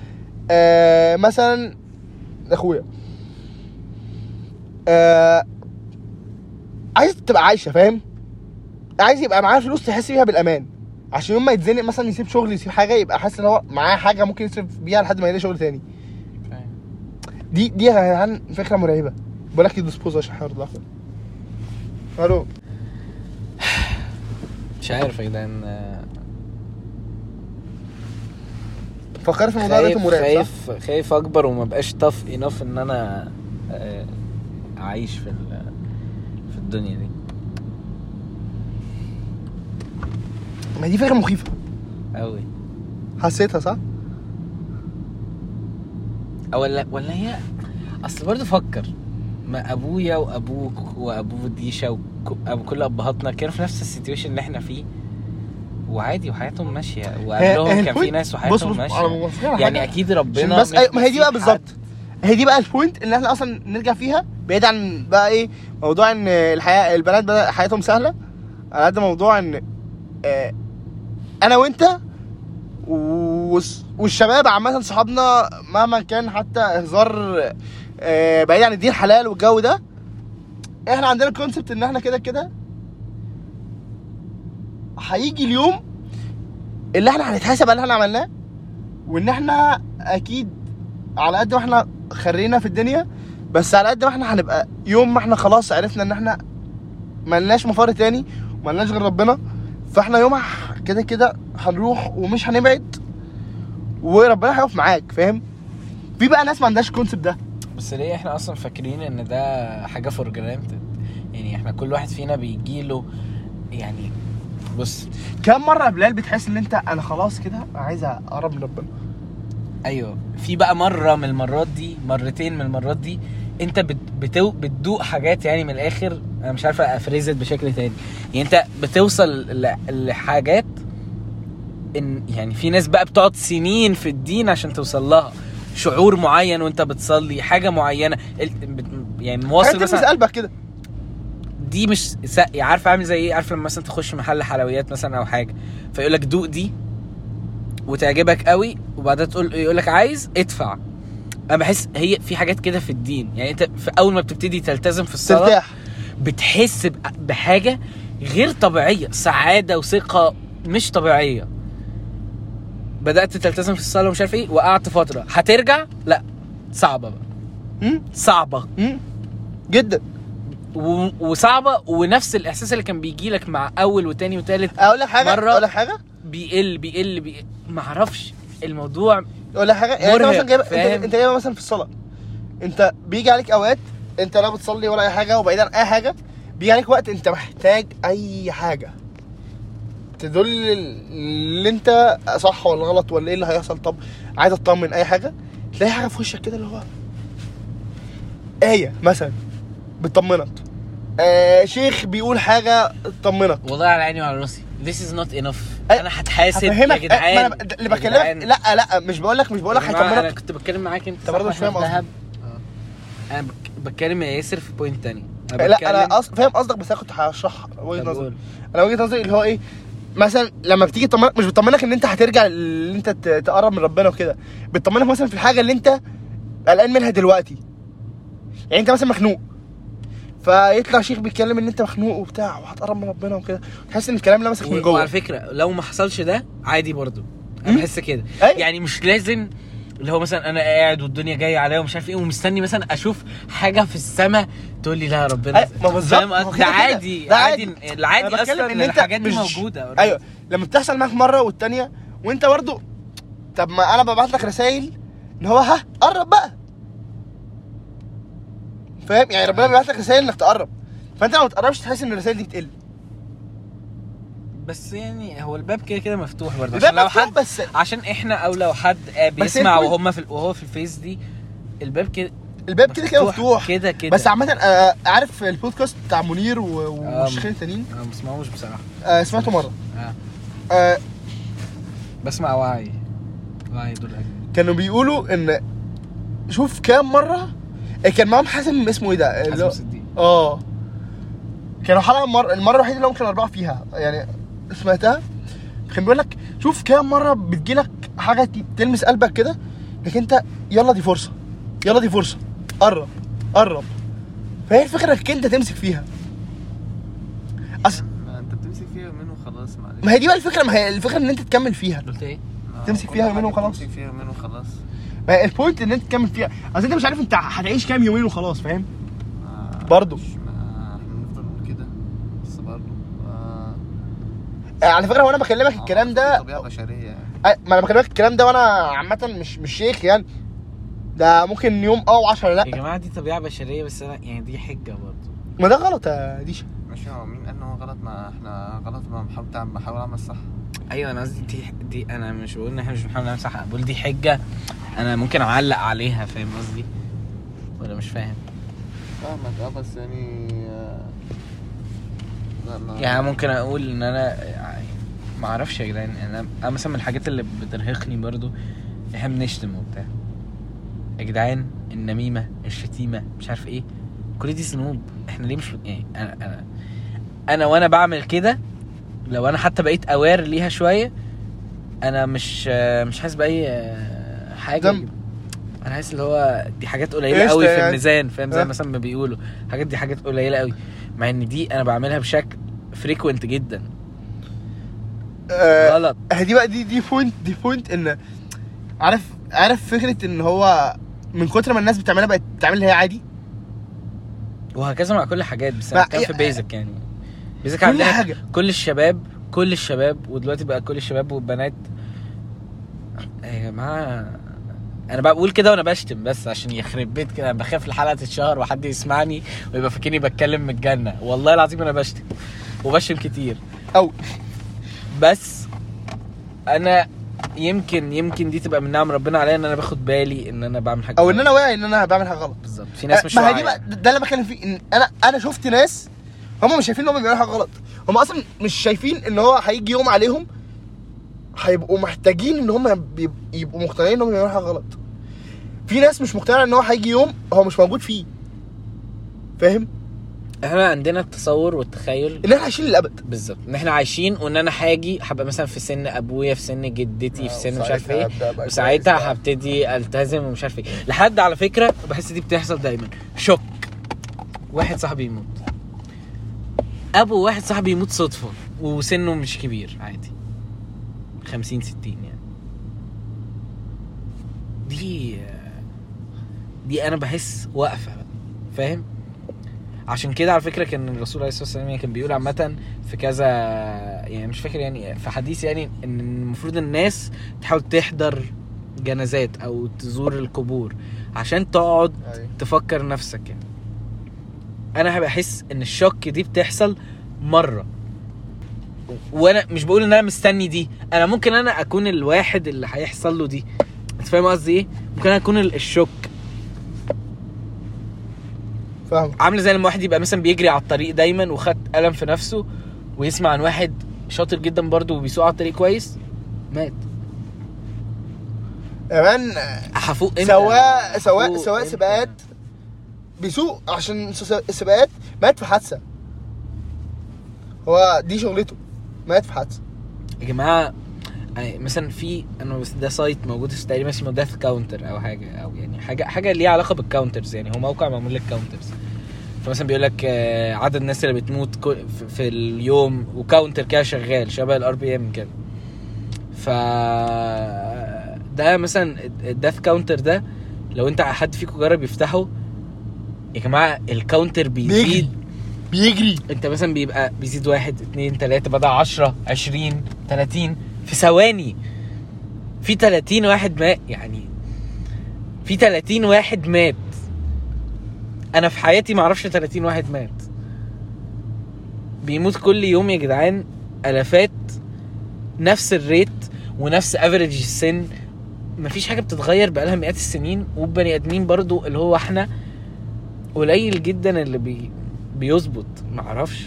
Speaker 2: آه، مثلا اخويا آه، عايزه تبقى عايشه فاهم عايز يبقى معاه فلوس تحس بيها بالامان عشان يوم ما يتزنق مثلا يسيب شغل يسيب حاجه يبقى حاسس ان هو معاه حاجه ممكن يصرف بيها لحد ما يلاقي شغل تاني
Speaker 3: فاهم.
Speaker 2: دي دي يا جدعان فكره مرعبه بقول لك الديسبوز عشان الحوار ده الو
Speaker 3: مش عارف يا جدعان آه،
Speaker 2: فكرت في الموضوع ده
Speaker 3: خايف
Speaker 2: مرعب صح؟
Speaker 3: خايف خايف اكبر وما بقاش tough انف ان انا آه، اعيش في ال- في الدنيا دي
Speaker 2: ما دي فكره مخيفه
Speaker 3: قوي
Speaker 2: حسيتها صح؟
Speaker 3: أو ولا ولا هي اصل برضه فكر ما ابويا وابوك وابو ديشا وابو كل ابهاتنا كانوا في نفس السيتويشن اللي احنا فيه وعادي وحياتهم ماشيه وقبلهم كان في ناس
Speaker 2: بص بص
Speaker 3: وحياتهم ماشيه يعني اكيد ربنا
Speaker 2: عشان بس
Speaker 3: مش
Speaker 2: أيوة، ما هي دي بقى
Speaker 3: بيسيب حد.
Speaker 2: بالظبط هي دي بقى البوينت اللي احنا اصلا نرجع فيها بعيد عن بقى ايه موضوع ان الحياه البنات بقى حياتهم سهله على قد موضوع ان آه، انا وانت والس- والشباب عامه صحابنا مهما كان حتى هزار آه، بعيد عن الدين حلال والجو ده احنا عندنا الكونسبت ان احنا كده كده هيجي اليوم اللي احنا هنتحاسب على اللي احنا عملناه وان احنا اكيد على قد ما احنا خرينا في الدنيا بس على قد ما احنا هنبقى يوم ما احنا خلاص عرفنا ان احنا ملناش مفر تاني وملناش غير ربنا فاحنا يوم ح- كده كده هنروح ومش هنبعد وربنا هيقف معاك فاهم في بقى ناس ما عندهاش الكونسيبت ده
Speaker 3: بس ليه احنا اصلا فاكرين ان ده حاجه فور جرانتد يعني احنا كل واحد فينا بيجيله يعني بص
Speaker 2: كم مره يا بلال بتحس ان انت انا خلاص كده عايز اقرب من ربنا
Speaker 3: ايوه في بقى مره من المرات دي مرتين من المرات دي انت بت بتو بتدوق حاجات يعني من الاخر انا مش عارف افريزت بشكل تاني يعني انت بتوصل ل- لحاجات ان يعني في ناس بقى بتقعد سنين في الدين عشان توصل لها شعور معين وانت بتصلي حاجه معينه ال- بت- يعني
Speaker 2: حاجات
Speaker 3: مواصل
Speaker 2: تلمس
Speaker 3: مثلا
Speaker 2: قلبك كده
Speaker 3: دي مش سا... عارف عامل زي ايه عارف لما مثلا تخش محل حلويات مثلا او حاجه فيقول لك دوق دي وتعجبك قوي وبعدها تقول يقول لك عايز ادفع انا بحس هي في حاجات كده في الدين يعني انت في اول ما بتبتدي تلتزم في الصلاه
Speaker 2: ترتاح
Speaker 3: بتحس ب- بحاجه غير طبيعيه سعاده وثقه مش طبيعيه بدات تلتزم في الصلاه ومش عارف ايه وقعدت فتره هترجع لا صعبه بقى
Speaker 2: مم.
Speaker 3: صعبه
Speaker 2: مم. جدا
Speaker 3: و... وصعبه ونفس الاحساس اللي كان بيجي لك مع اول وتاني وتالت
Speaker 2: اقول لك حاجه
Speaker 3: مرة.
Speaker 2: اقول لك حاجه
Speaker 3: بيقل بيقل بيقل معرفش الموضوع
Speaker 2: ولا حاجه يعني انت
Speaker 3: مرهق،
Speaker 2: مثلا جايب انت,
Speaker 3: فاهم؟
Speaker 2: انت جايبها مثلا في الصلاه انت بيجي عليك اوقات انت لا بتصلي ولا اي حاجه وبعيد عن اي حاجه بيجي عليك وقت انت محتاج اي حاجه تدل اللي انت صح ولا غلط ولا ايه اللي هيحصل طب عايز اطمن اي حاجه تلاقي حاجه في وشك كده اللي هو ايه مثلا بتطمنك آه شيخ بيقول حاجه تطمنك
Speaker 3: والله على عيني وعلى راسي this is not enough
Speaker 2: أي-
Speaker 3: انا هتحاسب يا
Speaker 2: هفهمك آه، ما
Speaker 3: جدعان
Speaker 2: انا ب- اللي
Speaker 3: يا
Speaker 2: بكلمك
Speaker 3: جدعان.
Speaker 2: لا لا مش بقول لك مش بقول لك
Speaker 3: يا جماعة، انا
Speaker 2: هيطمنك
Speaker 3: كنت بتكلم معاك انت
Speaker 2: برضه مش
Speaker 3: صح،
Speaker 2: فاهم
Speaker 3: إحنا
Speaker 2: قصدي.
Speaker 3: دهب. انا بك- بتكلم يا ياسر في بوينت تاني
Speaker 2: لا انا أص... فاهم قصدك بس انا كنت هشرح وجهه نظري انا وجهه نظري اللي هو ايه مثلا لما بتيجي تطمنك مش بتطمنك ان انت هترجع اللي انت ت- تقرب من ربنا وكده بتطمنك مثلا في الحاجه اللي انت قلقان منها دلوقتي يعني انت مثلا مخنوق فيطلع شيخ بيتكلم ان انت مخنوق وبتاع وهتقرب من ربنا وكده تحس ان الكلام لمسك من
Speaker 3: وعلى
Speaker 2: جوه
Speaker 3: فكره لو ما حصلش ده عادي برضه انا
Speaker 2: مم.
Speaker 3: بحس كده
Speaker 2: أي.
Speaker 3: يعني مش لازم اللي هو مثلا انا قاعد والدنيا جايه عليا ومش عارف ايه ومستني مثلا اشوف حاجه في السما تقول لي لا يا ربنا
Speaker 2: أي، ما بالظبط،
Speaker 3: فاهم؟
Speaker 2: ما هو كده
Speaker 3: ده
Speaker 2: كده.
Speaker 3: عادي
Speaker 2: ده
Speaker 3: عادي
Speaker 2: أنا
Speaker 3: العادي
Speaker 2: بتكلم
Speaker 3: اصلا
Speaker 2: إن
Speaker 3: ان
Speaker 2: أنت
Speaker 3: الحاجات دي
Speaker 2: مش-
Speaker 3: موجوده
Speaker 2: ايوه لما بتحصل معاك مره والتانيه وانت برضو طب ما انا ببعت لك رسائل ان هو ها قرب بقى فاهم يعني
Speaker 3: أيوة.
Speaker 2: ربنا بيبعت لك رسائل انك تقرب فانت لو ما تقربش تحس ان الرسائل دي بتقل
Speaker 3: بس يعني هو الباب كده كده مفتوح برضه
Speaker 2: الباب
Speaker 3: عشان لو
Speaker 2: مفتوح
Speaker 3: حد
Speaker 2: بس
Speaker 3: عشان احنا او لو حد آه، بيسمع
Speaker 2: البوينت-
Speaker 3: وهم في ال- وهو في الفيس دي الباب كده
Speaker 2: الباب كده كده مفتوح
Speaker 3: كده كده
Speaker 2: بس عامة آه، عارف البودكاست بتاع منير و- و-
Speaker 3: آه.
Speaker 2: وشيخين تانيين
Speaker 3: انا ما بسمعوش بصراحه
Speaker 2: آه، سمعته مرة
Speaker 3: آه.
Speaker 2: آه،
Speaker 3: بسمع وعي وعي دول أجمل.
Speaker 2: كانوا بيقولوا ان شوف كام مرة آه، كان معاهم حازم اسمه ايه ده؟ اللي
Speaker 3: حازم
Speaker 2: هو-
Speaker 3: صديق
Speaker 2: اه كانوا حلقة مرة المرة الوحيدة اللي هم كانوا أربعة فيها يعني سمعتها كان بيقول لك شوف كام مرة بتجيلك حاجة تلمس قلبك كده انك انت يلا دي فرصة يلا دي فرصة قرب قرب فهي الفكرة انك انت تمسك فيها أصل
Speaker 4: ما انت بتمسك فيها يومين وخلاص معلش
Speaker 2: ما هي دي بقى الفكره ما هي الفكره ان انت تكمل فيها
Speaker 3: قلت ايه؟
Speaker 4: ما
Speaker 2: تمسك
Speaker 4: كل
Speaker 2: فيها يومين
Speaker 4: حاجة
Speaker 2: وخلاص.
Speaker 4: تمسك فيها يومين وخلاص
Speaker 2: ما هي البوينت ان انت تكمل فيها اصل انت مش عارف انت هتعيش كام يومين وخلاص فاهم
Speaker 4: ما-
Speaker 2: برضو.
Speaker 4: مش- ما احنا بنفضل نقول كده بس برضه ما-
Speaker 2: آه، على فكره وانا بكلمك الكلام ده
Speaker 4: طبيعه بشريه يعني
Speaker 2: آه، ما انا بكلمك الكلام ده وانا عامه مش مش شيخ يعني ده ممكن يوم اه و10
Speaker 3: يا
Speaker 2: لا
Speaker 3: جماعه دي طبيعه بشريه بس انا يعني دي حجه برضه
Speaker 2: ما ده غلط يا ديشا
Speaker 4: ماشي هو مين قال ان هو غلط ما احنا غلط ما بنحاول تعمل- بحاول اعمل صح
Speaker 3: ايوه انا قصدي دي دي انا مش بقول ان احنا مش بنحاول نعمل صح أنا بقول دي حجه انا ممكن اعلق عليها فاهم قصدي ولا مش فاهم
Speaker 4: فاهمك اه بس يعني آه، لا ما
Speaker 3: يعني ممكن اقول ان انا يعني ما اعرفش يا جدعان يعني انا انا مثلا من الحاجات اللي بترهقني برضو إن احنا بنشتم وبتاع يا جدعان النميمه الشتيمه مش عارف ايه كل دي ذنوب احنا ليه مش يعني انا انا انا وانا بعمل كده لو انا حتى بقيت اوير ليها شويه انا مش مش حاسس باي حاجه
Speaker 2: ذنب.
Speaker 3: انا حاسس اللي هو دي حاجات قليله
Speaker 2: قشطة
Speaker 3: قوي في
Speaker 2: يعني.
Speaker 3: الميزان فاهم زي
Speaker 2: آه.
Speaker 3: مثلا ما بيقولوا حاجات دي حاجات قليله قوي مع ان دي انا بعملها بشكل فريكوينت جدا
Speaker 2: آه،
Speaker 3: غلط
Speaker 2: آه، دي بقى دي دي بوينت دي بوينت ان عارف عارف فكره ان هو من كتر ما الناس بتعملها بقت بتعملها هي عادي
Speaker 3: وهكذا مع كل الحاجات بس
Speaker 2: مع- آه.
Speaker 3: انا بتكلم في بيزك يعني بيزك
Speaker 2: كل
Speaker 3: عندنا
Speaker 2: حاجه
Speaker 3: كل الشباب كل الشباب ودلوقتي بقى كل الشباب والبنات يا جماعه انا بقى بقول كده وانا بشتم بس عشان يخرب بيت كده انا بخاف الحلقه تتشهر وحد يسمعني ويبقى فاكرني بتكلم من الجنه والله العظيم انا بشتم وبشتم كتير
Speaker 2: أوي.
Speaker 3: بس انا يمكن يمكن دي تبقى من نعم ربنا عليا ان انا باخد بالي ان انا بعمل حاجه
Speaker 2: او ان انا
Speaker 3: غلط.
Speaker 2: واعي ان انا بعمل حاجه غلط
Speaker 3: بالظبط في ناس مش
Speaker 2: أه، آه، ما هي دي
Speaker 3: واعيه
Speaker 2: بقى ده اللي بتكلم فيه ان انا انا شفت ناس هم مش شايفين ان هم بيعملوا حاجه غلط هم اصلا مش شايفين ان هو هيجي يوم عليهم هيبقوا محتاجين ان هم بيب- يبقوا مقتنعين ان هم بيعملوا حاجه غلط في ناس مش مقتنعه ان هو هيجي يوم هو مش موجود فيه فاهم
Speaker 3: احنا عندنا التصور والتخيل
Speaker 2: ان احنا عايشين للابد
Speaker 3: بالظبط ان احنا عايشين وان انا هاجي هبقى مثلا في سن ابويا في سن جدتي
Speaker 2: أه،
Speaker 3: في سن مش عارف ايه وساعتها هبتدي التزم ومش عارف ايه لحد على فكره بحس دي بتحصل دايما شوك واحد صاحبي يموت ابو واحد صاحبي يموت صدفه وسنه مش كبير عادي 50 60 يعني دي دي انا بحس واقفه بقى. فاهم عشان كده على فكره كان الرسول عليه الصلاه والسلام يعني كان بيقول عامه في كذا يعني مش فاكر يعني في حديث يعني ان المفروض الناس تحاول تحضر جنازات او تزور القبور عشان تقعد
Speaker 2: أيوة.
Speaker 3: تفكر نفسك يعني انا بحس ان الشك دي بتحصل مره وانا مش بقول ان انا مستني دي انا ممكن انا اكون الواحد اللي هيحصل له دي انت فاهم قصدي ايه ممكن انا اكون ال- الشك
Speaker 2: فاهم
Speaker 3: عامله زي لما واحد يبقى مثلا بيجري على الطريق دايما وخد قلم في نفسه ويسمع عن واحد شاطر جدا برضه وبيسوق على الطريق كويس مات
Speaker 2: كمان
Speaker 3: هفوق امتى
Speaker 2: سواء سواء
Speaker 3: هفوق
Speaker 2: سواء
Speaker 3: إمتى؟
Speaker 2: سباقات بيسوق عشان س- س- سباقات مات في حادثه هو دي شغلته مات في حادثه
Speaker 3: يا جماعه يعني مثلا في انا بس ده سايت موجود في تقريبا اسمه داث كاونتر او حاجه او يعني حاجه حاجه ليها علاقه بالكاونترز يعني هو موقع معمول للكاونترز فمثلا بيقول لك آه، عدد الناس اللي بتموت كل- في- في اليوم وكاونتر كده شغال شبه الار بي ام كده ف ده مثلا الداث كاونتر ده لو انت حد فيكم جرب يفتحه يا جماعه الكاونتر بيزيد
Speaker 2: بيجري بيجري
Speaker 3: انت مثلا بيبقى بيزيد واحد اتنين تلاتة بدأ عشرة عشرين تلاتين في ثواني في تلاتين واحد مات يعني في تلاتين واحد مات انا في حياتي معرفش تلاتين واحد مات بيموت كل يوم يا جدعان الافات نفس الريت ونفس افريج السن مفيش حاجه بتتغير بقالها مئات السنين وبني ادمين برضو اللي هو احنا قليل جدا اللي بي بيظبط معرفش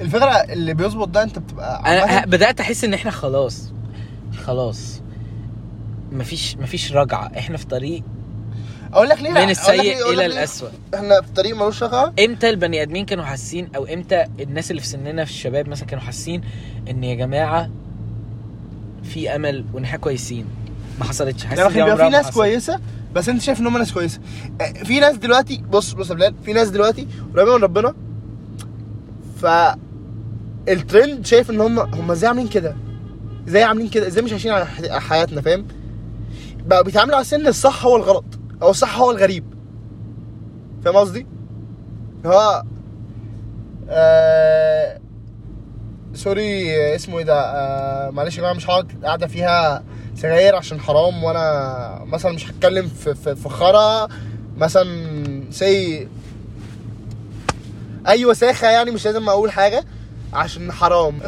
Speaker 2: الفكره اللي بيظبط ده انت بتبقى
Speaker 3: انا ه-
Speaker 2: عامة-
Speaker 3: بدات احس ان احنا خلاص خلاص مفيش مفيش رجعه احنا في طريق
Speaker 2: اقول لك ليه
Speaker 3: أه من
Speaker 2: أقول لك ليه-
Speaker 3: السيء
Speaker 2: أقول لك إيه؟
Speaker 3: الى
Speaker 2: ليه
Speaker 3: الاسوء
Speaker 2: احنا في طريق ملوش رقعه
Speaker 3: امتى البني ادمين كانوا حاسين او امتى الناس اللي في سننا في الشباب مثلا كانوا حاسين ان يا جماعه في امل وان احنا كويسين ما حصلتش حاسس
Speaker 2: يعني
Speaker 3: دي
Speaker 2: بيبقى
Speaker 3: عمرها
Speaker 2: في
Speaker 3: ما
Speaker 2: ناس
Speaker 3: حصلت.
Speaker 2: كويسه بس انت شايف ان هم ناس كويسه آه، في ناس دلوقتي بص بص يا بلال في ناس دلوقتي قريبه من ربنا ف الترند شايف ان هم هم ازاي عاملين كده ازاي عاملين كده ازاي مش عايشين على ح- على حياتنا فاهم بقى بيتعاملوا على سن الصح هو الغلط او الصح هو الغريب فاهم قصدي هو آه... سوري آه، اسمه ايه ده آه... معلش يا جماعه مش هقعد قاعده فيها سجاير عشان حرام وانا مثلا مش هتكلم في في, في خرا مثلا سي اي وساخه يعني مش لازم اقول حاجه عشان حرام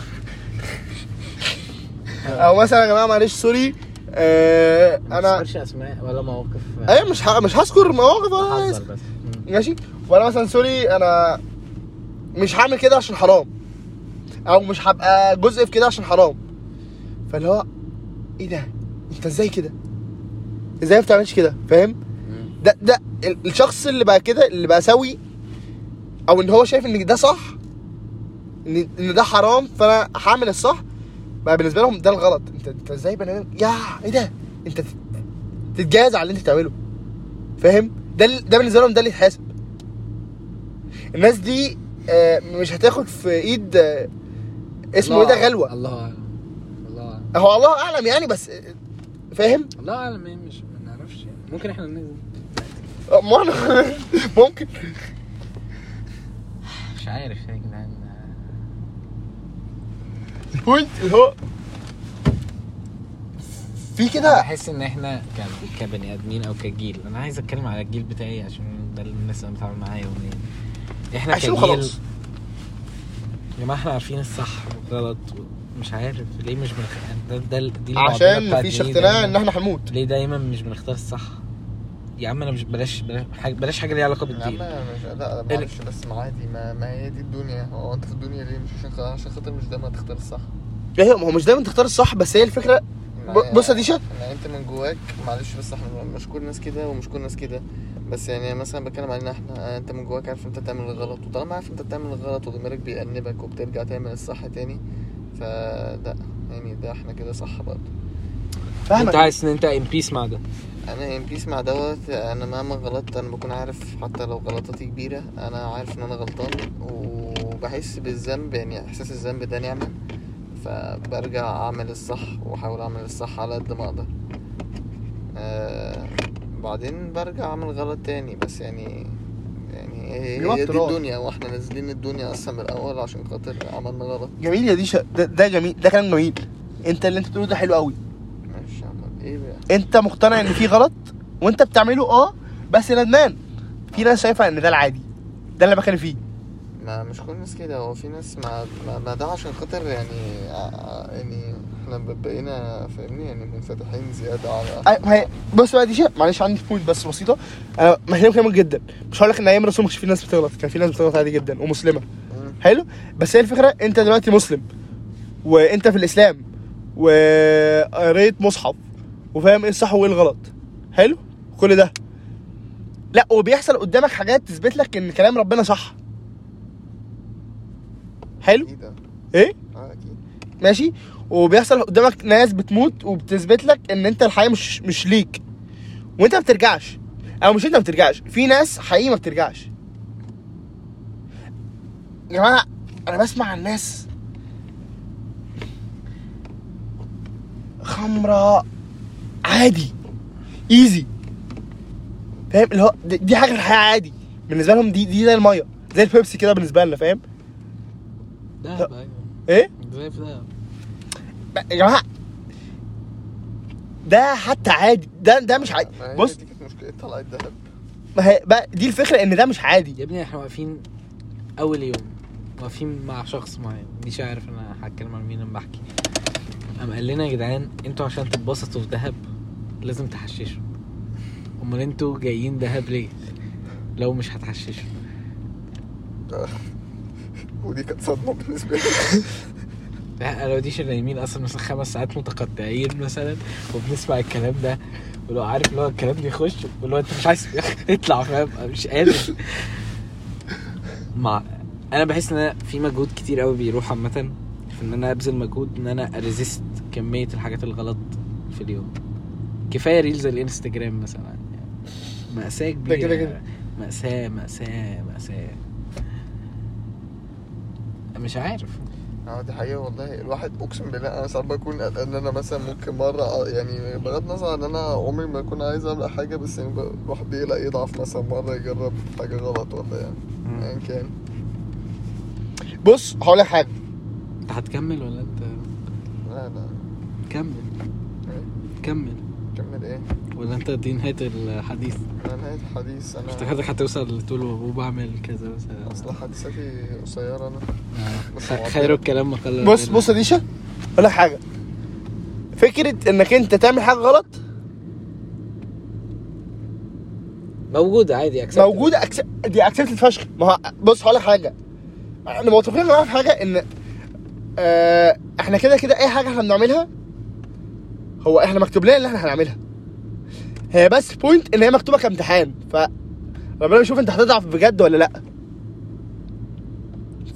Speaker 2: او مثلا يا جماعه معلش سوري آه انا
Speaker 3: مش اسماء ولا مواقف
Speaker 2: ايوه مش ه... مش هذكر مواقف ولا
Speaker 3: حذر
Speaker 2: اسم.
Speaker 3: بس
Speaker 2: ماشي وانا مثلا سوري انا مش هعمل كده عشان حرام او مش هبقى جزء في كده عشان حرام فاللي هو ايه ده انت ازاي كده ازاي ما بتعملش كده فاهم ده ده ال- الشخص اللي بقى كده اللي بقى سوي او ان هو شايف ان ده صح ان ان ده حرام فانا هعمل الصح بقى بالنسبه لهم ده الغلط انت انت ازاي بني آدم- يا ايه ده انت تت- تتجاهل على اللي انت بتعمله فاهم ده ال- ده بالنسبه لهم ده اللي يتحاسب الناس دي آه، مش هتاخد في ايد آه، اسمه ايه ده غلوه
Speaker 3: الله اعلم الله اعلم
Speaker 2: هو الله اعلم يعني بس آه، فاهم
Speaker 3: الله اعلم ايه مش ما نعرفش يعني. ممكن احنا ننزل
Speaker 2: آه، ما أنا- ممكن
Speaker 3: مش عارف يعني، يا جدعان
Speaker 2: البوينت اللي هو في كده
Speaker 3: بحس ان احنا ك- كبني ادمين او كجيل انا عايز اتكلم على الجيل بتاعي عشان ده اللي الناس اللي بتعامل معايا يوميا احنا
Speaker 2: عشان
Speaker 3: كجيل
Speaker 2: خلاص
Speaker 3: يا جماعه احنا عارفين الصح والغلط و- مش عارف ليه مش بنخ... ده ده دي المعضلة
Speaker 2: عشان
Speaker 3: بتاعت
Speaker 2: مفيش
Speaker 3: ليه
Speaker 2: اقتناع
Speaker 3: دايماً-
Speaker 2: ان احنا هنموت
Speaker 3: ليه دايما مش بنختار الصح يا عم انا مش بلاش بلاش حاجه, بلاش حاجة ليها علاقه
Speaker 4: يا عم
Speaker 3: بالدين
Speaker 4: أنا مش لا أنا ما اعرفش بس ما عادي ما, ما هي دي الدنيا هو انت في الدنيا ليه مش عشان خاطر عشان خاطر مش دايما هتختار الصح
Speaker 2: ايوه ما هو مش دايما تختار الصح بس هي الفكره ب- بص يا ديشا
Speaker 4: انا انت يعني من جواك معلش بس احنا مش كل الناس كده ومش كل الناس كده بس يعني مثلا بتكلم علينا احنا انت من جواك عارف انت بتعمل الغلط وطالما عارف انت بتعمل الغلط وضميرك بيأنبك وبترجع تعمل الصح تاني فلا يعني ده احنا كده صح برضه
Speaker 3: انت
Speaker 2: فاهمك
Speaker 3: عايز ان انت ان بيس مع ده
Speaker 4: انا ان بيس مع دوت انا مهما غلطت انا بكون عارف حتى لو غلطاتي كبيره انا عارف ان انا غلطان وبحس بالذنب يعني احساس الذنب ده نعمه فبرجع اعمل الصح واحاول اعمل الصح على قد ما اقدر آه بعدين برجع اعمل غلط تاني بس يعني يعني هي-
Speaker 2: بيبقى
Speaker 4: هي دي
Speaker 2: اضطرار.
Speaker 4: الدنيا واحنا نازلين الدنيا اصلا من الاول عشان خاطر عملنا غلط
Speaker 2: جميل يا ديشا ده, ده جميل ده كلام جميل انت اللي انت بتقوله ده حلو قوي
Speaker 4: مش عمل ايه بقى
Speaker 2: انت مقتنع ان في غلط وانت بتعمله اه بس ندمان في ناس شايفه ان ده العادي ده اللي انا بتكلم فيه
Speaker 4: ما مش كل الناس كده هو في ناس ما ما, ما ده عشان خاطر يعني ع- يعني احنا ب- بقينا فاهمني يعني منفتحين زياده على
Speaker 2: أي- ما هي بص بقى ديشا معلش عندي بوينت بس أه، بسيطه انا مهتم بكلامك جدا مش هقول لك ان ايام الرسول ما كانش في ناس بتغلط كان في ناس بتغلط عادي جدا ومسلمه
Speaker 4: مم.
Speaker 2: حلو بس هي الفكره انت دلوقتي مسلم وانت في الاسلام وقريت مصحف وفاهم ايه الصح وايه الغلط حلو كل ده لا وبيحصل قدامك حاجات تثبت لك ان كلام ربنا صح حلو
Speaker 4: اكيد اه
Speaker 2: ايه
Speaker 4: آه، اكيد
Speaker 2: ماشي وبيحصل قدامك ناس بتموت وبتثبت لك ان انت الحقيقه مش مش ليك وانت ما بترجعش او مش انت ما بترجعش في ناس حقيقي ما بترجعش يا جماعه انا بسمع عن ناس خمره عادي ايزي فاهم اللي هو دي- دي حاجه في الحياه عادي بالنسبه لهم دي دي زي الميه زي البيبسي كده بالنسبه لنا فاهم
Speaker 3: ده
Speaker 2: لا. ايه
Speaker 3: زي ده
Speaker 2: بقى- يا جماعه ده حتى عادي ده ده مش عادي
Speaker 4: ما هي
Speaker 2: بص
Speaker 4: دي كانت مشكله طلعت دهب
Speaker 2: ما هي بقى دي الفكره ان ده مش عادي
Speaker 3: يا ابني احنا واقفين اول يوم واقفين مع شخص معين مش عارف انا هتكلم عن مين لما بحكي قام قال لنا يا جدعان انتوا عشان تتبسطوا في دهب لازم تحششوا امال انتوا جايين دهب ليه لو مش هتحششوا
Speaker 4: ودي كانت صدمه بالنسبه لي
Speaker 3: لا لو ديش نايمين اصلا مثلا خمس ساعات متقطعين مثلا وبنسمع الكلام ده ولو عارف اللي هو الكلام بيخش واللي هو انت مش عايز اطلع فاهم مش قادر مع انا بحس ان انا في مجهود كتير قوي بيروح عامه في ان انا ابذل مجهود ان انا اريزست كميه الحاجات الغلط في اليوم كفايه ريلز الانستجرام مثلا يعني مأساة كبيرة
Speaker 2: كده كده.
Speaker 3: مأساة مأساة مأساة مش عارف
Speaker 4: اه دي حقيقه والله الواحد اقسم بالله انا ساعات بكون قلقان ان انا مثلا ممكن مره آه، يعني بغض النظر ان انا عمري ما اكون عايز اعمل حاجه بس يعني ب- الواحد بيقلق يضعف مثلا مره يجرب حاجه غلط ولا يعني ايا كان
Speaker 2: بص هقول لك حاجه
Speaker 3: انت هتكمل ولا انت
Speaker 4: لا لا
Speaker 3: كمل كمل
Speaker 4: كمل ايه
Speaker 3: ولا انت دي نهايه الحديث
Speaker 4: انا نهايه الحديث انا
Speaker 3: افتكرتك هتوصل لتقول وبعمل كذا مثلا
Speaker 4: اصل حادثتي قصيره انا
Speaker 3: خ- خير الكلام مقل
Speaker 2: بص بص يا ديشا هقول لك حاجه فكره انك انت تعمل حاجه غلط
Speaker 3: موجوده عادي acceptable.
Speaker 2: موجوده أكس... دي اكسبتد فشخ ما هو بص هقول لك حاجه احنا متفقين معاها في حاجه ان آه احنا كده كده اي حاجه احنا بنعملها هو احنا مكتوب لنا اللي احنا هنعملها هي بس بوينت ان هي مكتوبه كامتحان ف ربنا بيشوف انت هتضعف بجد ولا لا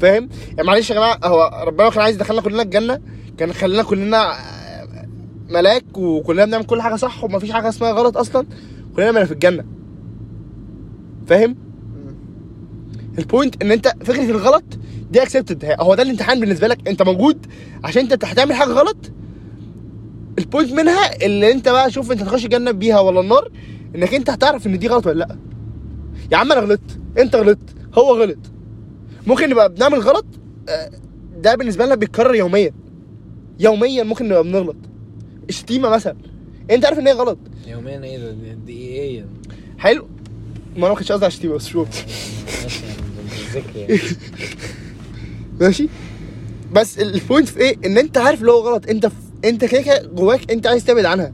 Speaker 2: فاهم يعني معلش يا جماعه هو ربنا كان عايز يدخلنا كلنا الجنه كان خلينا كلنا آه، ملاك وكلنا بنعمل كل حاجه صح ومفيش حاجه اسمها غلط اصلا كلنا بنبقى في الجنه فاهم البوينت ان انت فكره الغلط دي اكسبتد هو ده الامتحان بالنسبه لك انت موجود عشان انت هتعمل حاجه غلط البوينت منها اللي انت بقى شوف انت هتخش الجنه بيها ولا النار انك انت هتعرف ان دي غلط ولا لا يا عم انا غلطت انت غلطت هو غلط ممكن نبقى بنعمل غلط آه، ده بالنسبه لنا بيتكرر يوميا يوميا ممكن نبقى بنغلط الشتيمه مثلا انت عارف ان هي غلط
Speaker 3: يوميا ايه يعني؟ ده دي- دقيقيا
Speaker 2: حلو ما انا ما كنتش قصدي على الشتيمه بس شوف
Speaker 3: ماشي يعني بالذكر يعني
Speaker 2: ماشي بس البوينت في ايه ان انت عارف اللي هو غلط انت في... انت كده كده جواك انت عايز تبعد عنها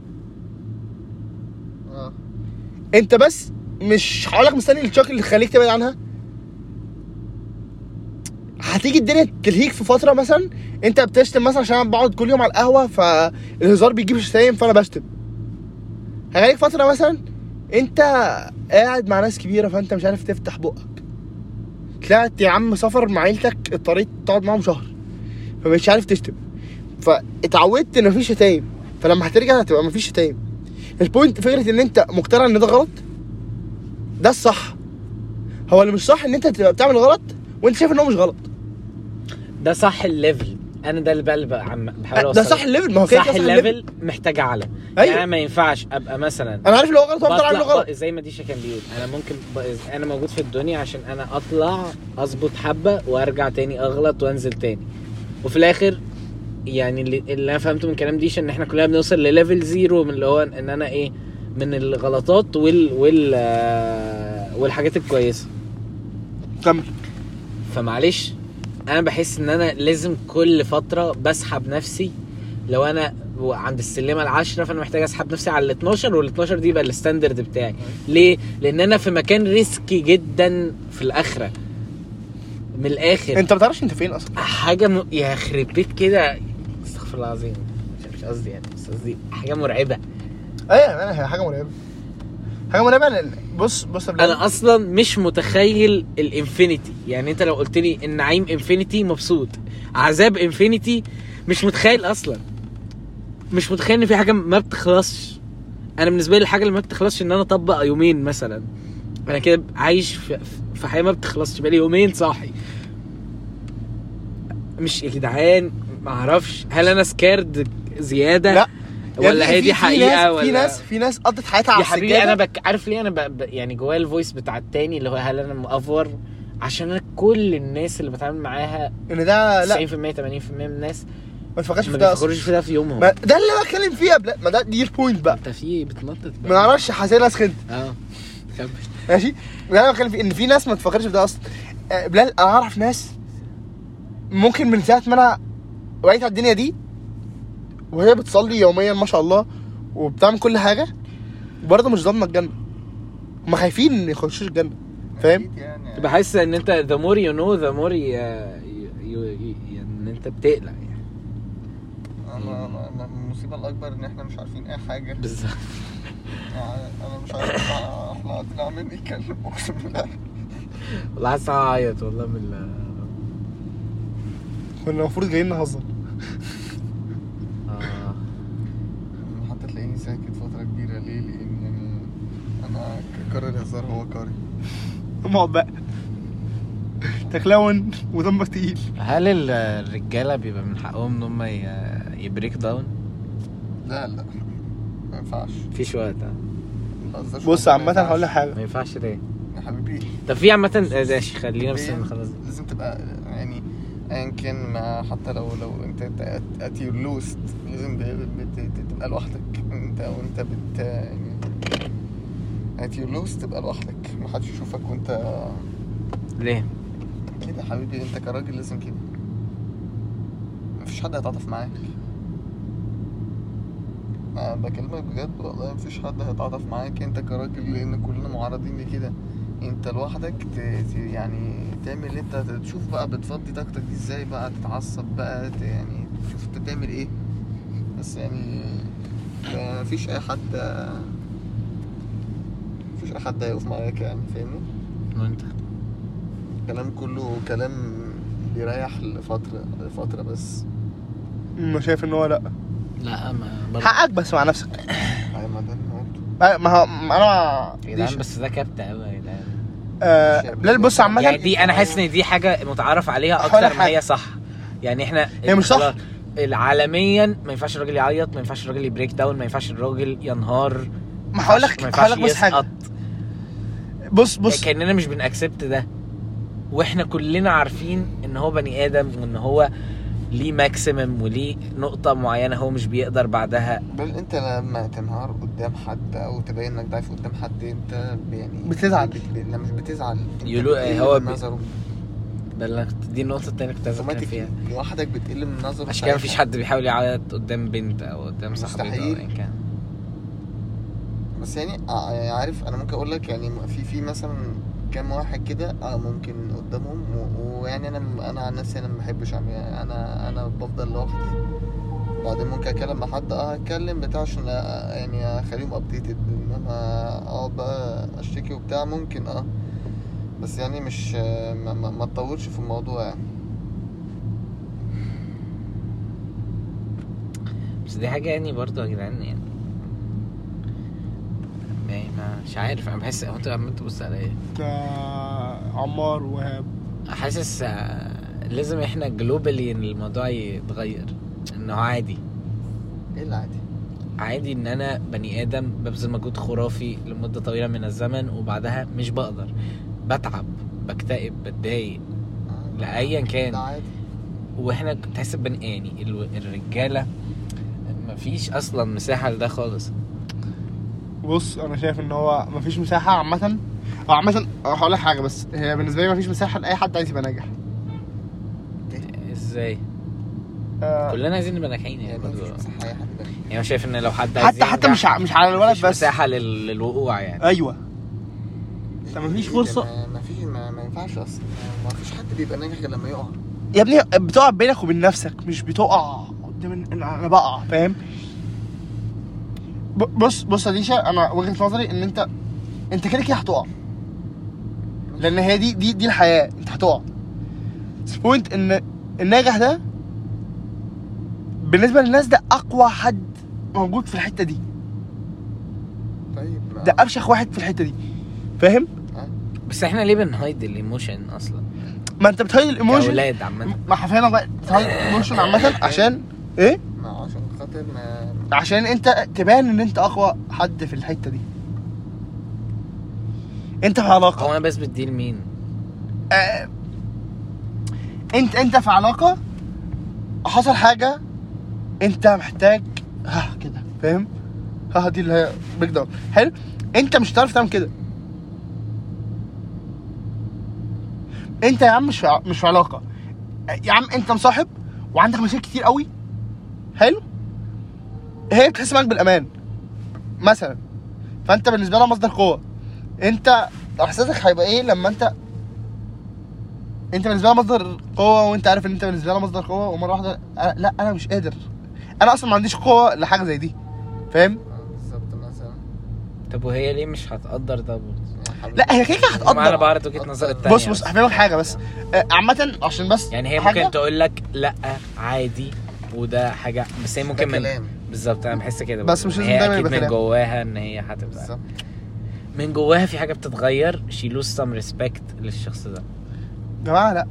Speaker 5: آه.
Speaker 4: اه
Speaker 2: انت بس مش هقولك مستني الشوك اللي يخليك تبعد عنها هتيجي الدنيا تلهيك في فتره مثلا انت بتشتم مثلا عشان انا بقعد كل يوم على القهوه فالهزار بيجيب شتايم فانا بشتم هيجيلك فتره مثلا انت قاعد مع ناس كبيره فانت مش عارف تفتح بقك طلعت يا عم سفر مع عيلتك اضطريت تقعد معاهم شهر فمش عارف تشتم فاتعودت ان مفيش شتايم فلما هترجع هتبقى مفيش شتايم البوينت فكره ان انت مقتنع ان ده غلط ده الصح هو اللي مش صح ان انت تبقى بتعمل غلط وانت شايف ان هو مش غلط
Speaker 3: ده صح الليفل انا ده اللي بقى- بقى عم بحاول
Speaker 2: ده
Speaker 3: اوصله.
Speaker 2: صح الليفل ما هو كده
Speaker 3: صح
Speaker 2: كده
Speaker 3: الليفل محتاج اعلى
Speaker 2: أيوة.
Speaker 3: يعني أنا ما ينفعش ابقى مثلا
Speaker 2: انا عارف اللي هو غلط وافضل
Speaker 3: بطلع-
Speaker 2: عامله غلط
Speaker 3: زي ما ديشا كان بيقول انا ممكن ب- انا موجود في الدنيا عشان انا اطلع اظبط حبه وارجع تاني اغلط وانزل تاني وفي الاخر يعني اللي, اللي انا فهمته من كلام ديشا ان احنا كلنا بنوصل لليفل زيرو من اللي هو ان انا ايه من الغلطات وال وال آه، والحاجات الكويسه
Speaker 2: كمل
Speaker 3: فمعلش انا بحس ان انا لازم كل فتره بسحب نفسي لو انا عند السلمه العشرة فانا محتاج اسحب نفسي على ال 12 وال 12 دي يبقى الستاندرد بتاعي ليه لان انا في مكان ريسكي جدا في الاخره من الاخر
Speaker 2: انت ما تعرفش انت فين اصلا
Speaker 3: حاجه م... يا خرب بيت كده استغفر الله العظيم مش- مش قصدي يعني بس قصدي حاجه مرعبه
Speaker 2: ايوه انا هي حاجه مرعبه حاجه مرعبه لأن- يعني، بص بص يا بلال.
Speaker 3: انا اصلا مش متخيل الانفينيتي يعني انت لو قلت لي النعيم انفينيتي مبسوط عذاب انفينيتي مش متخيل اصلا مش متخيل ان في حاجه ما بتخلصش انا بالنسبه لي الحاجه اللي ما بتخلصش ان انا اطبق يومين مثلا انا كده عايش في, في حياه ما بتخلصش بقالي يومين صاحي مش يا جدعان معرفش هل انا سكارد زياده
Speaker 2: لا. يا
Speaker 3: ولا
Speaker 2: ابني
Speaker 3: هي
Speaker 2: في-
Speaker 3: دي حقيقه
Speaker 2: في ناس
Speaker 3: ولا
Speaker 2: في ناس في ناس قضت حياتها على
Speaker 3: يا حبيبي
Speaker 2: السجاده
Speaker 3: انا بك... عارف ليه انا ب... ب... يعني جوايا الفويس بتاع التاني اللي هو هل انا مأفور عشان انا كل الناس اللي بتعامل معاها
Speaker 2: ان ده
Speaker 3: 90%
Speaker 2: آه، لا
Speaker 3: 80% من الناس
Speaker 2: ما تفكرش
Speaker 3: ما
Speaker 2: في ده اصلا
Speaker 3: بيخرجوش في ده في يومهم
Speaker 2: ما- ده اللي انا بتكلم فيه يا بلال. ما ده دي البوينت بقى
Speaker 3: انت في ايه بتنطط
Speaker 2: ما نعرفش حسينا سخنت
Speaker 3: اه كمل
Speaker 2: ماشي اللي انا بتكلم فيه ان في ناس ما تفكرش في ده اصلا آه، بلال انا اعرف ناس ممكن من ساعه ما انا وعيت على الدنيا دي وهي بتصلي يوميا ما شاء الله وبتعمل كل حاجه برضه مش ضامنه الجنه هما خايفين ان يخشوش الجنه فاهم
Speaker 5: أكيد يعني
Speaker 3: بحس ان انت the more you know the more you... you- you- you- ان انت بتقلق يعني
Speaker 5: أنا- أنا- أنا المصيبه الاكبر ان احنا مش عارفين اي حاجه
Speaker 3: بالظبط
Speaker 5: يعني انا مش عارف احنا طلع مني يتكلم اقسم إيه بالله
Speaker 3: والله حاسس إن أنا هعيط والله من ال-
Speaker 2: كنا المفروض جايين نهزر
Speaker 3: آه.
Speaker 5: حتى تلاقيني ساكت فتره كبيره ليه لان يعني انا كار الهزار هو كاري
Speaker 2: اقعد بقى تكلون ودمك تقيل
Speaker 6: هل ال- الرجاله بيبقى من حقهم ان هم ي- يبريك داون؟
Speaker 5: لا لا ما ينفعش
Speaker 3: مفيش وقت آه.
Speaker 5: ما قصدش
Speaker 2: بص
Speaker 5: ما
Speaker 2: عامه هقول لك
Speaker 5: ينفعش.
Speaker 2: حاجه
Speaker 3: ما ينفعش ليه
Speaker 5: يا حبيبي
Speaker 3: طب في عامة آه، ماشي خلينا بس
Speaker 5: ليه؟
Speaker 3: نخلص دي.
Speaker 5: لازم تبقى يعني ايا كان ما حتى لو لو انت ات يور لوست لازم ب- ب- ت- تبقى لوحدك انت وانت بت يعني ات يور لوست تبقى لوحدك محدش يشوفك وانت
Speaker 3: ليه؟
Speaker 4: ايه
Speaker 5: كده يا حبيبي انت كراجل لازم كده مفيش حد هيتعاطف معاك
Speaker 4: انا بكلمك بجد والله مفيش حد هيتعاطف معاك انت كراجل لان كلنا معرضين لكده انت لوحدك ت... ت- يعني تعمل اللي انت تشوف بقى بتفضي طاقتك دي ازاي بقى تتعصب بقى ت... يعني تشوف انت تعمل ايه بس يعني مفيش اي حد مفيش اي حد هيقف معاك يعني فاهمني
Speaker 3: وانت
Speaker 4: الكلام كله كلام بيريح لفترة لفترة بس
Speaker 2: أمم، شايف ان هو لا
Speaker 3: لا ما برضه
Speaker 2: حقك بس مع نفسك
Speaker 4: هاي ما ده اللي قلته.
Speaker 2: ما ما هو ما انا
Speaker 3: يا جدعان بس ده كبت قوي يا جدعان
Speaker 2: آه، بلال بص
Speaker 3: يعني
Speaker 2: عامه
Speaker 3: دي انا حاسس ان دي حاجه متعارف عليها
Speaker 2: أيوة. هقول لك
Speaker 3: اكتر ما
Speaker 2: حاجة.
Speaker 3: هي صح يعني احنا
Speaker 2: هي مش صح.
Speaker 3: خلاص، العالميا ما ينفعش الراجل يعيط ما ينفعش الراجل يبريك داون ما ينفعش الراجل ينهار
Speaker 2: ما هقول لك
Speaker 3: ما
Speaker 2: هقول
Speaker 3: ينفعش
Speaker 2: لك بس حاجه
Speaker 3: يسقط
Speaker 2: بص بص
Speaker 3: كاننا مش بنأكسبت ده واحنا كلنا عارفين ان هو بني ادم وان هو ليه ماكسيمم وليه نقطه معينه هو مش بيقدر بعدها
Speaker 4: بل انت لما تنهار قدام حد او تبين انك ضعيف قدام حد انت يعني
Speaker 2: بتزعل.
Speaker 4: بت- بت- لا مش بتزعل انت
Speaker 3: يقولوا إيه،
Speaker 4: بتقل
Speaker 3: هو
Speaker 4: من
Speaker 3: بي-
Speaker 4: نظره
Speaker 3: ده اللي أنا كنت- دي النقطه التانيه كنت عايز اتكلم
Speaker 4: اوتوماتيك
Speaker 3: فيها
Speaker 4: لوحدك بتقل من نظره
Speaker 3: عشان كده مفيش حد بيحاول يعيط قدام بنت او قدام صاحبته او
Speaker 4: مستحيل.
Speaker 3: ايا كان
Speaker 4: بس يعني ع- يعني عارف انا ممكن اقول لك يعني في في مثلا كام واحد كده اه ممكن قدامهم و- ويعني انا انا عن نفسي انا ما بحبش اعمل يعني انا انا بفضل لوحدي بعدين ممكن اتكلم مع حد اه اتكلم بتاع عشان أ- يعني اخليهم ابديتد انما اقعد بقى اشتكي وبتاع ممكن اه بس يعني مش ما, ما, ما تطولش في الموضوع يعني
Speaker 3: بس دي حاجه يعني برضو يا جدعان يعني يعني ما- مش عارف انا بحس هو انت عمال تبص عليا
Speaker 2: آه، عمار وهاب
Speaker 3: حاسس آه، لازم احنا جلوبالي ان الموضوع يتغير انه عادي
Speaker 4: ايه العادي
Speaker 3: عادي ان انا بني ادم ببذل مجهود خرافي لمده طويله من الزمن وبعدها مش بقدر بتعب بكتئب بتضايق
Speaker 4: آه،
Speaker 3: لايا كان
Speaker 4: ده عادي
Speaker 3: واحنا تحس بن يعني ال- الرجاله مفيش اصلا مساحه لده خالص
Speaker 2: بص انا شايف ان هو مفيش مساحه عامه او عامه هقول لك حاجه بس هي بالنسبه لي مفيش مساحه لاي حد عايز يبقى ناجح
Speaker 3: ازاي
Speaker 2: آه،
Speaker 3: كلنا عايزين نبقى ناجحين
Speaker 4: يعني
Speaker 3: يعني
Speaker 4: مفيش
Speaker 3: برضه
Speaker 4: مساحة أي حد يبقى
Speaker 3: يعني أنا شايف ان لو حد عايز
Speaker 2: حتى حتى
Speaker 3: ينجح،
Speaker 2: مش ع- مش على الولد
Speaker 3: مفيش
Speaker 2: بس
Speaker 3: مساحه لل- للوقوع يعني
Speaker 2: ايوه
Speaker 4: ناجح.
Speaker 2: طب مفيش
Speaker 4: إيه ده؟
Speaker 2: فرصة؟
Speaker 4: ما- ما فيش ما, ما ينفعش اصلا ما فيش حد بيبقى ناجح غير لما يقع
Speaker 2: يا ابني بتقع بينك وبين نفسك مش بتقع قدام ال- انا بقع فاهم ب- بص بص يا ديشا انا وجهه نظري ان انت انت كده كده هتقع لان هي دي دي دي الحياه انت هتقع بس بوينت ان الناجح ده بالنسبه للناس ده اقوى حد موجود في الحته دي
Speaker 4: طيب ما-
Speaker 2: ده افشخ واحد في الحته دي فاهم
Speaker 3: بس احنا ليه بنهايد الايموشن اصلا
Speaker 2: ما انت بتهيئ الايموشن
Speaker 3: كاولاد عامه
Speaker 2: ما حرفيا والله بتهيئ الايموشن عامه عشان ايه
Speaker 4: ما عشان خاطر ما
Speaker 2: عشان انت تبان ان انت اقوى حد في الحته دي انت في
Speaker 3: هو
Speaker 2: علاقه
Speaker 3: انا بس بديل مين
Speaker 2: آه انت انت في علاقه حصل حاجه انت محتاج ها كده فاهم ها دي اللي هي بيج داون حلو انت مش هتعرف تعمل كده انت يا عم مش في ع- مش في علاقه يا عم انت مصاحب وعندك مشاكل كتير قوي حلو هي بتحس معاك بالامان مثلا فانت بالنسبه لها مصدر قوه انت احساسك هيبقى ايه لما انت انت بالنسبه لها مصدر قوه وانت عارف ان انت بالنسبه لها مصدر قوه ومره واحده أنا- لا انا مش قادر انا اصلا ما عنديش قوه لحاجه زي دي فاهم
Speaker 4: آه، بالظبط مثلا يعني
Speaker 3: طب وهي ليه مش هتقدر ده برضه
Speaker 2: لا هي كده كده
Speaker 3: ما انا
Speaker 2: هتقدر
Speaker 3: بعرض وجهه نظر التانية
Speaker 2: بص بص هفهمك حاجه بس آه، عامه عشان بس
Speaker 3: يعني هي
Speaker 2: حاجة-
Speaker 3: ممكن تقول لك لا عادي وده حاجه بس هي ممكن من
Speaker 4: كلام
Speaker 3: بالظبط انا بحس كده
Speaker 2: بس
Speaker 3: برضه.
Speaker 2: مش
Speaker 3: إن
Speaker 2: لازم
Speaker 3: هي
Speaker 2: دايما
Speaker 3: اكيد
Speaker 2: يبقى
Speaker 3: من
Speaker 2: كلام.
Speaker 3: جواها ان هي هتبقى
Speaker 4: بالظبط
Speaker 3: من جواها في حاجه بتتغير شي لوز سام ريسبكت للشخص ده
Speaker 2: يا جماعه لا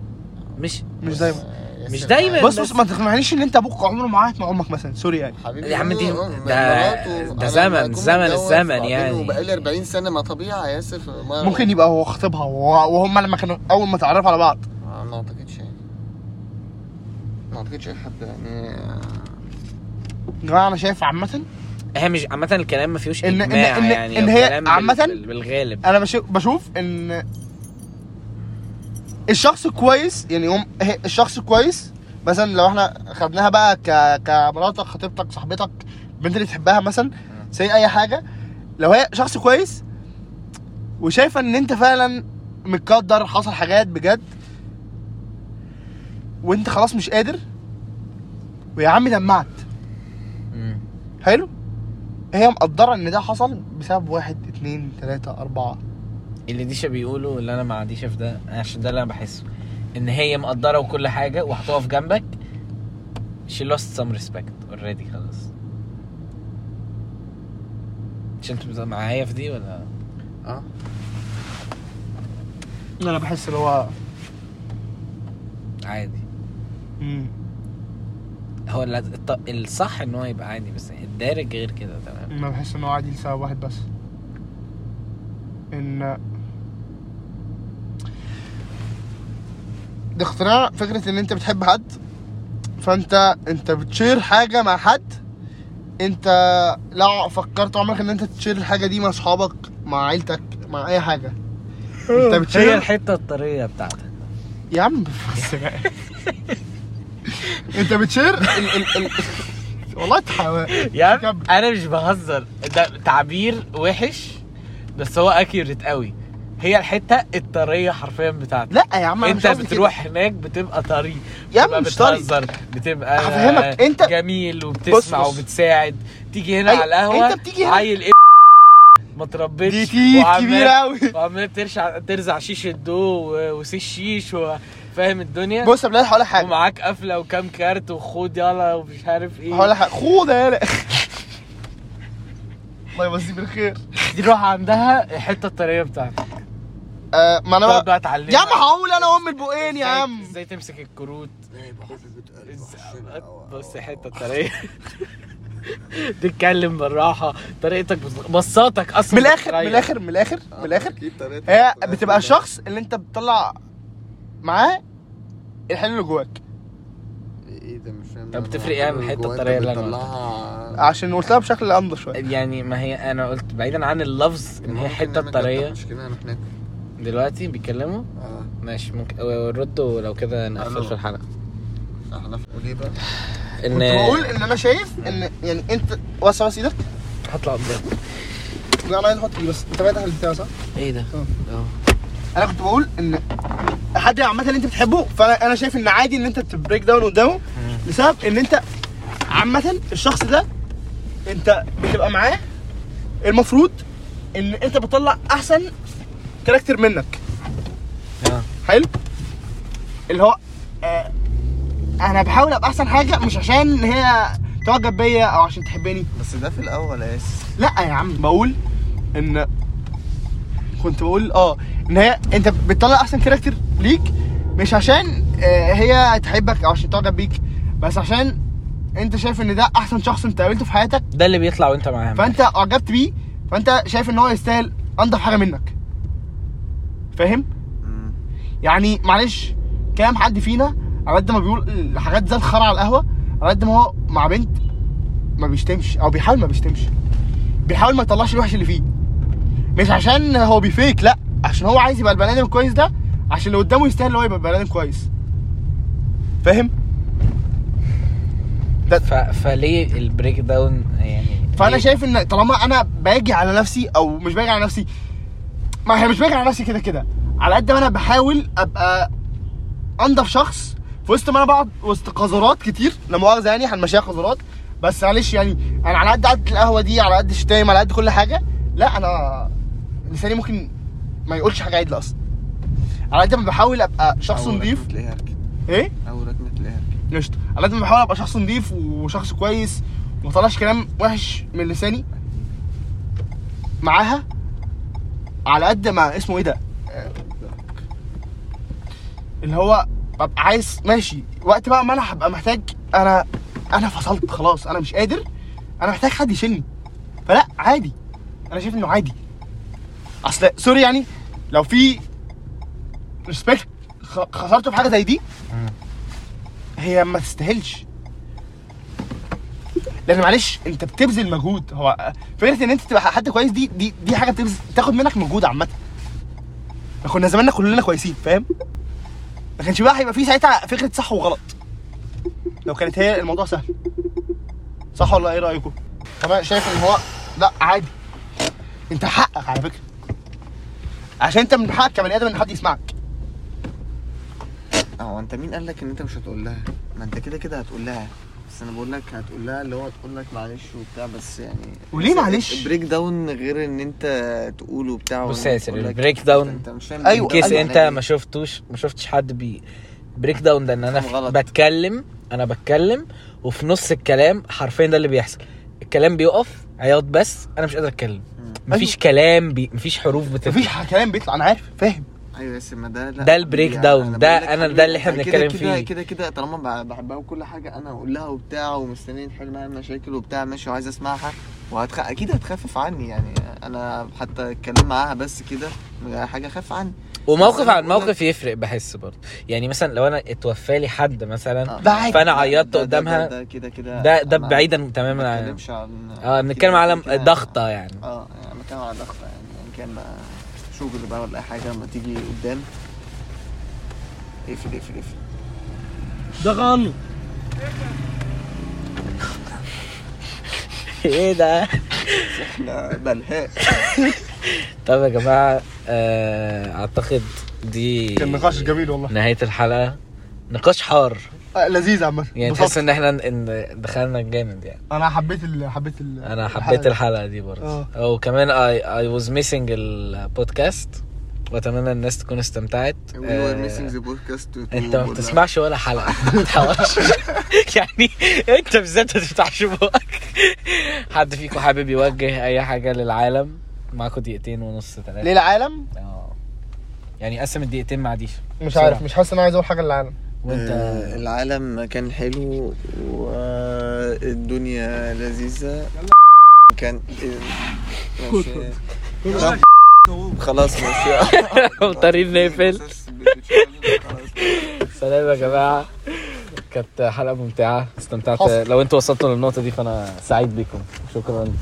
Speaker 3: مش
Speaker 2: مش دايما
Speaker 4: آه،
Speaker 3: مش
Speaker 4: ياسر
Speaker 3: دايما.
Speaker 4: معاك.
Speaker 2: بص بص ما تقنعنيش ان انت ابوك عمره ما قعد مع امك مثلا سوري يعني
Speaker 4: حبيبي
Speaker 3: يا عم دي-
Speaker 4: آه، آه،
Speaker 3: ده- ده
Speaker 4: مراته، أنا
Speaker 3: زمن،
Speaker 4: لما أكون
Speaker 3: زمن
Speaker 4: متجوز
Speaker 3: الزمن
Speaker 4: وبعدين
Speaker 3: يعني.
Speaker 4: وبقالي 40 سنه ما طبيعي يا ياسر ما-
Speaker 2: ممكن يبقى هو خطيبها وه- وهم لما كانوا اول ما اتعرفوا على بعض
Speaker 4: آه، ما اعتقدش يعني ما اعتقدش اي حد يعني آه،
Speaker 2: يا جماعه انا شايف عامه
Speaker 3: هي مش عامه الكلام ما فيهوش
Speaker 2: إن- إن-
Speaker 3: اجماع
Speaker 2: إن-
Speaker 3: يعني
Speaker 2: إن هي
Speaker 3: الكلام بال-
Speaker 2: عامة-
Speaker 3: بال- بالغالب
Speaker 2: انا بشوف, بشوف ان الشخص الكويس يعني هم هي- الشخص الكويس مثلا لو احنا خدناها بقى ك كمراتك خطيبتك صاحبتك البنت اللي بتحبها مثلا سي اي حاجه لو هي شخص كويس وشايفه ان انت فعلا متقدر حصل حاجات بجد وانت خلاص مش قادر ويا عم دمعت حلو هي مقدره ان ده حصل بسبب واحد اتنين تلاته اربعه
Speaker 3: اللي ديشا بيقوله اللي انا مع ديشا في ده عشان ده اللي انا بحسه ان هي مقدره وكل حاجه وهتقف جنبك she lost some respect already خلاص مش انت بتبقى معايا في دي ولا
Speaker 2: انا بحس اللي هو
Speaker 3: عادي
Speaker 2: مم.
Speaker 3: هو ال- الط- الصح ان هو يبقى عادي بس الدارج غير كده تمام
Speaker 2: انا بحس ان هو عادي لسبب واحد بس ان ده اختراع فكره ان انت بتحب حد فانت انت بتشير حاجه مع حد انت لو فكرت عمرك ان انت تشير الحاجه دي مع اصحابك مع عيلتك مع اي حاجه انت
Speaker 3: هي
Speaker 2: بتشير
Speaker 3: الحته الطريه بتاعتك
Speaker 2: يا عم بس بقى. انت بتشير ال... ال... ال... والله انت حيوان
Speaker 3: يا عم
Speaker 2: كمل.
Speaker 3: انا مش بهزر ده تعبير وحش بس هو اكيوريت قوي هي الحته الطريه حرفيا بتاعتك
Speaker 2: لا يا عم أنا مش
Speaker 3: انت
Speaker 2: قصدي كده.
Speaker 3: بتروح هناك بتبقى طري
Speaker 2: يا
Speaker 3: بتبقى
Speaker 2: عم مش طري
Speaker 3: بتهزر بتبقى
Speaker 2: هفهمك، انت-
Speaker 3: جميل وبتسمع
Speaker 2: بص بص.
Speaker 3: وبتساعد تيجي هنا
Speaker 2: أي-
Speaker 3: على القهوه
Speaker 2: انت بتيجي هنا-
Speaker 3: عيل ايه ما تربيتش
Speaker 2: دي تيت
Speaker 3: وعمال-
Speaker 2: كبيره قوي
Speaker 3: وعمال بترشع ترزع شيش الدو و- وسيش شيش وفاهم الدنيا
Speaker 2: بص يا بلال هقول لك حاجه
Speaker 3: ومعاك قفله وكام كارت وخد يلا ومش عارف ايه
Speaker 2: هقول لك حاجه خد يا لا الله يمسيه بالخير
Speaker 3: دي روح عندها الحته الطريه بتاعتك
Speaker 2: آه ما انا بقى
Speaker 3: تقعد بقى تعلمها
Speaker 2: يا عم هقول انا وام البقين يا
Speaker 3: ازاي-
Speaker 2: عم
Speaker 3: ازاي تمسك الكروت ازاي- بص الحته الطريه تتكلم بالراحه طريقتك بص- بصاتك اصلا
Speaker 2: من الاخر من
Speaker 3: بتتغير.
Speaker 2: الاخر من الاخر
Speaker 3: آه.
Speaker 2: من الاخر
Speaker 5: أكيد طريقة
Speaker 2: هي
Speaker 5: الطريقة
Speaker 2: بتبقى
Speaker 5: دي.
Speaker 2: الشخص اللي انت بتطلع معاه الحلو اللي جواك
Speaker 5: ايه ده مش فاهم
Speaker 3: طب
Speaker 5: أنا
Speaker 3: بتفرق إيه عن
Speaker 5: جوه
Speaker 3: الحتة
Speaker 5: أنت
Speaker 3: الطرية اللي أنا
Speaker 5: بتطلعها
Speaker 2: عشان قلت لها بشكل انضف شويه
Speaker 3: يعني ما هي انا قلت بعيدا عن اللفظ ان هي حته الطريه
Speaker 5: مش كده هناك
Speaker 3: دلوقتي بيتكلموا
Speaker 4: آه،
Speaker 5: اه
Speaker 3: ماشي ممكن ردوا لو كده نقفل
Speaker 5: ألو.
Speaker 3: في الحلقه
Speaker 5: احنا في وليه آه. بقى
Speaker 3: ان
Speaker 2: كنت بقول ان انا شايف ان يعني انت وسع بس ايدك
Speaker 3: هطلع قدام
Speaker 2: لا انا عايز احط ايدي إيه بس انت بعيد عن البتاع صح؟
Speaker 3: ايه ده؟ اه
Speaker 2: انا كنت بقول ان حد عامه اللي انت بتحبه فانا انا شايف ان عادي ان انت تبريك داون قدامه لسبب ان انت عامه الشخص ده انت بتبقى معاه المفروض ان انت بتطلع احسن كاركتر منك
Speaker 3: آه.
Speaker 2: حلو اللي هو آه انا بحاول ابقى احسن حاجه مش عشان هي تعجب بيا او عشان تحبني
Speaker 5: بس ده في الاول يا اسف
Speaker 2: لا يا عم بقول ان كنت بقول اه ان هي انت بتطلع احسن كاركتر ليك مش عشان آه، هي تحبك او عشان تعجب بيك بس عشان انت شايف ان ده احسن شخص انت قابلته في حياتك
Speaker 3: ده اللي بيطلع وانت معاها
Speaker 2: فانت اعجبت بيه فانت شايف ان هو يستاهل انضف حاجه منك فاهم يعني معلش كام حد فينا على قد ما بيقول حاجات زي الخرا على القهوه على قد ما هو مع بنت ما بيشتمش او بيحاول ما بيشتمش بيحاول ما يطلعش الوحش اللي فيه مش عشان هو بيفيك لا عشان هو عايز يبقى البني ادم الكويس ده عشان اللي قدامه يستاهل ان هو يبقى البني ادم كويس فاهم
Speaker 3: ف... فليه البريك داون يعني
Speaker 2: فانا
Speaker 3: ليه؟
Speaker 2: شايف ان طالما انا باجي على نفسي او مش باجي على نفسي ما هي مش باجي على نفسي كده كده على قد ما انا بحاول ابقى انضف شخص في وسط ما انا بقعد وسط قذرات كتير لا مؤاخذه يعني هنمشيها قذرات بس معلش يعني انا على قد قعده القهوه دي على قد الشتايم على قد كل حاجه لا انا لساني ممكن ما يقولش حاجه عدله اصلا على قد ما بحاول ابقى شخص نظيف
Speaker 5: تلاقيها كده
Speaker 2: ايه
Speaker 3: إيه؟
Speaker 5: او ركنه تلاقيها كده
Speaker 2: قشطه على قد ما بحاول ابقى شخص نظيف وشخص كويس وما طلعش كلام وحش من لساني معاها على قد ما اسمه ايه ده آه، اللي هو ببقى عايز ماشي وقت بقى ما انا هبقى محتاج انا انا فصلت خلاص انا مش قادر انا محتاج حد يشيلني فلا عادي انا شايف انه عادي اصل سوري يعني لو في ريسبكت خسرته في حاجه زي دي هي ما تستاهلش لان معلش انت بتبذل مجهود هو فكره ان انت تبقى حد كويس دي دي دي حاجه بتبذل تاخد منك مجهود عامه إحنا كنا زماننا كلنا كويسين فاهم ما كانش بقى هيبقى في ساعتها فكره صح وغلط لو كانت هي الموضوع سهل صح ولا ايه رايكم فانا شايف ان هو لا عادي انت حقك على فكره عشان انت من حقك كبني ادم ان حد يسمعك
Speaker 4: اه انت مين قال لك ان انت مش هتقول لها ما انت كده كده هتقول لها بس انا بقول لك هتقول لها اللي هو تقول لك معلش وبتاع بس يعني
Speaker 2: وليه معلش؟
Speaker 4: بريك داون غير ان انت تقوله وبتاع
Speaker 3: بص
Speaker 4: وأنا
Speaker 3: يا سيدي
Speaker 4: بقول لك
Speaker 3: البريك داون
Speaker 4: انت مش فاهم
Speaker 2: أيوة،
Speaker 3: ان كيس
Speaker 2: أيوة.
Speaker 3: انت ما شفتوش ما شفتش حد بي بريك داون ده ان انا
Speaker 4: كلام
Speaker 3: في-
Speaker 4: غلط.
Speaker 3: بتكلم انا بتكلم وفي نص الكلام حرفيا ده اللي بيحصل الكلام بيقف عياط بس انا مش قادر اتكلم
Speaker 4: إيه؟
Speaker 3: مفيش كلام بي... مفيش حروف بتطلع
Speaker 2: أيوة. مفيش ح- كلام بيطلع انا عارف فاهم
Speaker 4: ايوه بس ما ده لا
Speaker 3: ده البريك
Speaker 4: يعني
Speaker 3: داون،
Speaker 4: أنا
Speaker 3: ده
Speaker 4: بقول لك
Speaker 3: أنا-
Speaker 4: حبيبي،
Speaker 3: ده اللي إحنا
Speaker 4: كده-
Speaker 3: بنتكلم
Speaker 4: كده-
Speaker 3: فيه.
Speaker 4: كده كده طالما ب- بحبها وكل حاجه انا هقول لها وبتاع ومستني الحل معايا مشاكل وبتاع ماشي وعايز اسمعها وهتخ... اكيد هتخفف عني يعني انا حتى الكلام معاها بس كده حاجه خف عني
Speaker 3: وموقف
Speaker 4: أنا
Speaker 3: عن
Speaker 4: بقول لك-
Speaker 3: موقف يفرق بحس برضه يعني مثلا لو انا اتوفى لي حد مثلا
Speaker 4: آه.
Speaker 2: ده عادي.
Speaker 3: فانا
Speaker 4: ده-
Speaker 3: عيطت
Speaker 4: ده-
Speaker 3: قدامها
Speaker 4: ده ده كده كده
Speaker 3: ده ده
Speaker 4: أنا
Speaker 3: بعيدا تماما
Speaker 4: ما
Speaker 3: عن
Speaker 4: بتكلمش عن
Speaker 3: اه بنتكلم على
Speaker 4: كده-
Speaker 3: ضغطه يعني
Speaker 4: اه يعني بتكلم على ضغط يعني ان كان بقى شغل بقى ولا اي حاجه لما تيجي قدام اقفل اقفل اقفل
Speaker 3: ده غلط ايه ده
Speaker 4: احنا بلهاء
Speaker 3: طب يا جماعه آه اعتقد دي
Speaker 2: كان نقاش جميل والله
Speaker 3: نهايه الحلقه نقاش حار
Speaker 2: آه، لذيذ عامه
Speaker 3: يعني
Speaker 2: انبسطت.
Speaker 3: تحس ان احنا إن دخلنا جامد يعني
Speaker 2: انا حبيت ال... حبيت ال...
Speaker 3: انا حبيت
Speaker 2: دي.
Speaker 3: الحلقه دي برضه
Speaker 2: آه.
Speaker 3: وكمان اي اي واز ميسنج البودكاست واتمنى الناس تكون استمتعت
Speaker 4: وي
Speaker 3: آه،
Speaker 4: ار ميسنج ذا بودكاست
Speaker 3: انت ما بتسمعش ولا حلقه ما تحاولش يعني انت بالذات ما تفتحش بقك حد فيكم حابب يوجه اي حاجه للعالم معاكم دقيقتين ونص
Speaker 2: ليه
Speaker 3: ثلاثه
Speaker 2: العالم
Speaker 3: اه يعني قسم الدقيقتين مع دي
Speaker 2: مش
Speaker 3: بسرعة.
Speaker 2: عارف مش حاسس ان انا عايز اقول حاجه للعالم
Speaker 3: وانت
Speaker 4: آه، العالم كان حلو والدنيا لذيذة كان ماشي. خلاص ماشي
Speaker 3: مضطرين نقفل
Speaker 4: خلاص.
Speaker 3: سلام يا جماعه كانت حلقه ممتعه استمتعت
Speaker 2: حصل.
Speaker 3: لو انتوا وصلتوا للنقطه دي فانا سعيد بيكم شكرا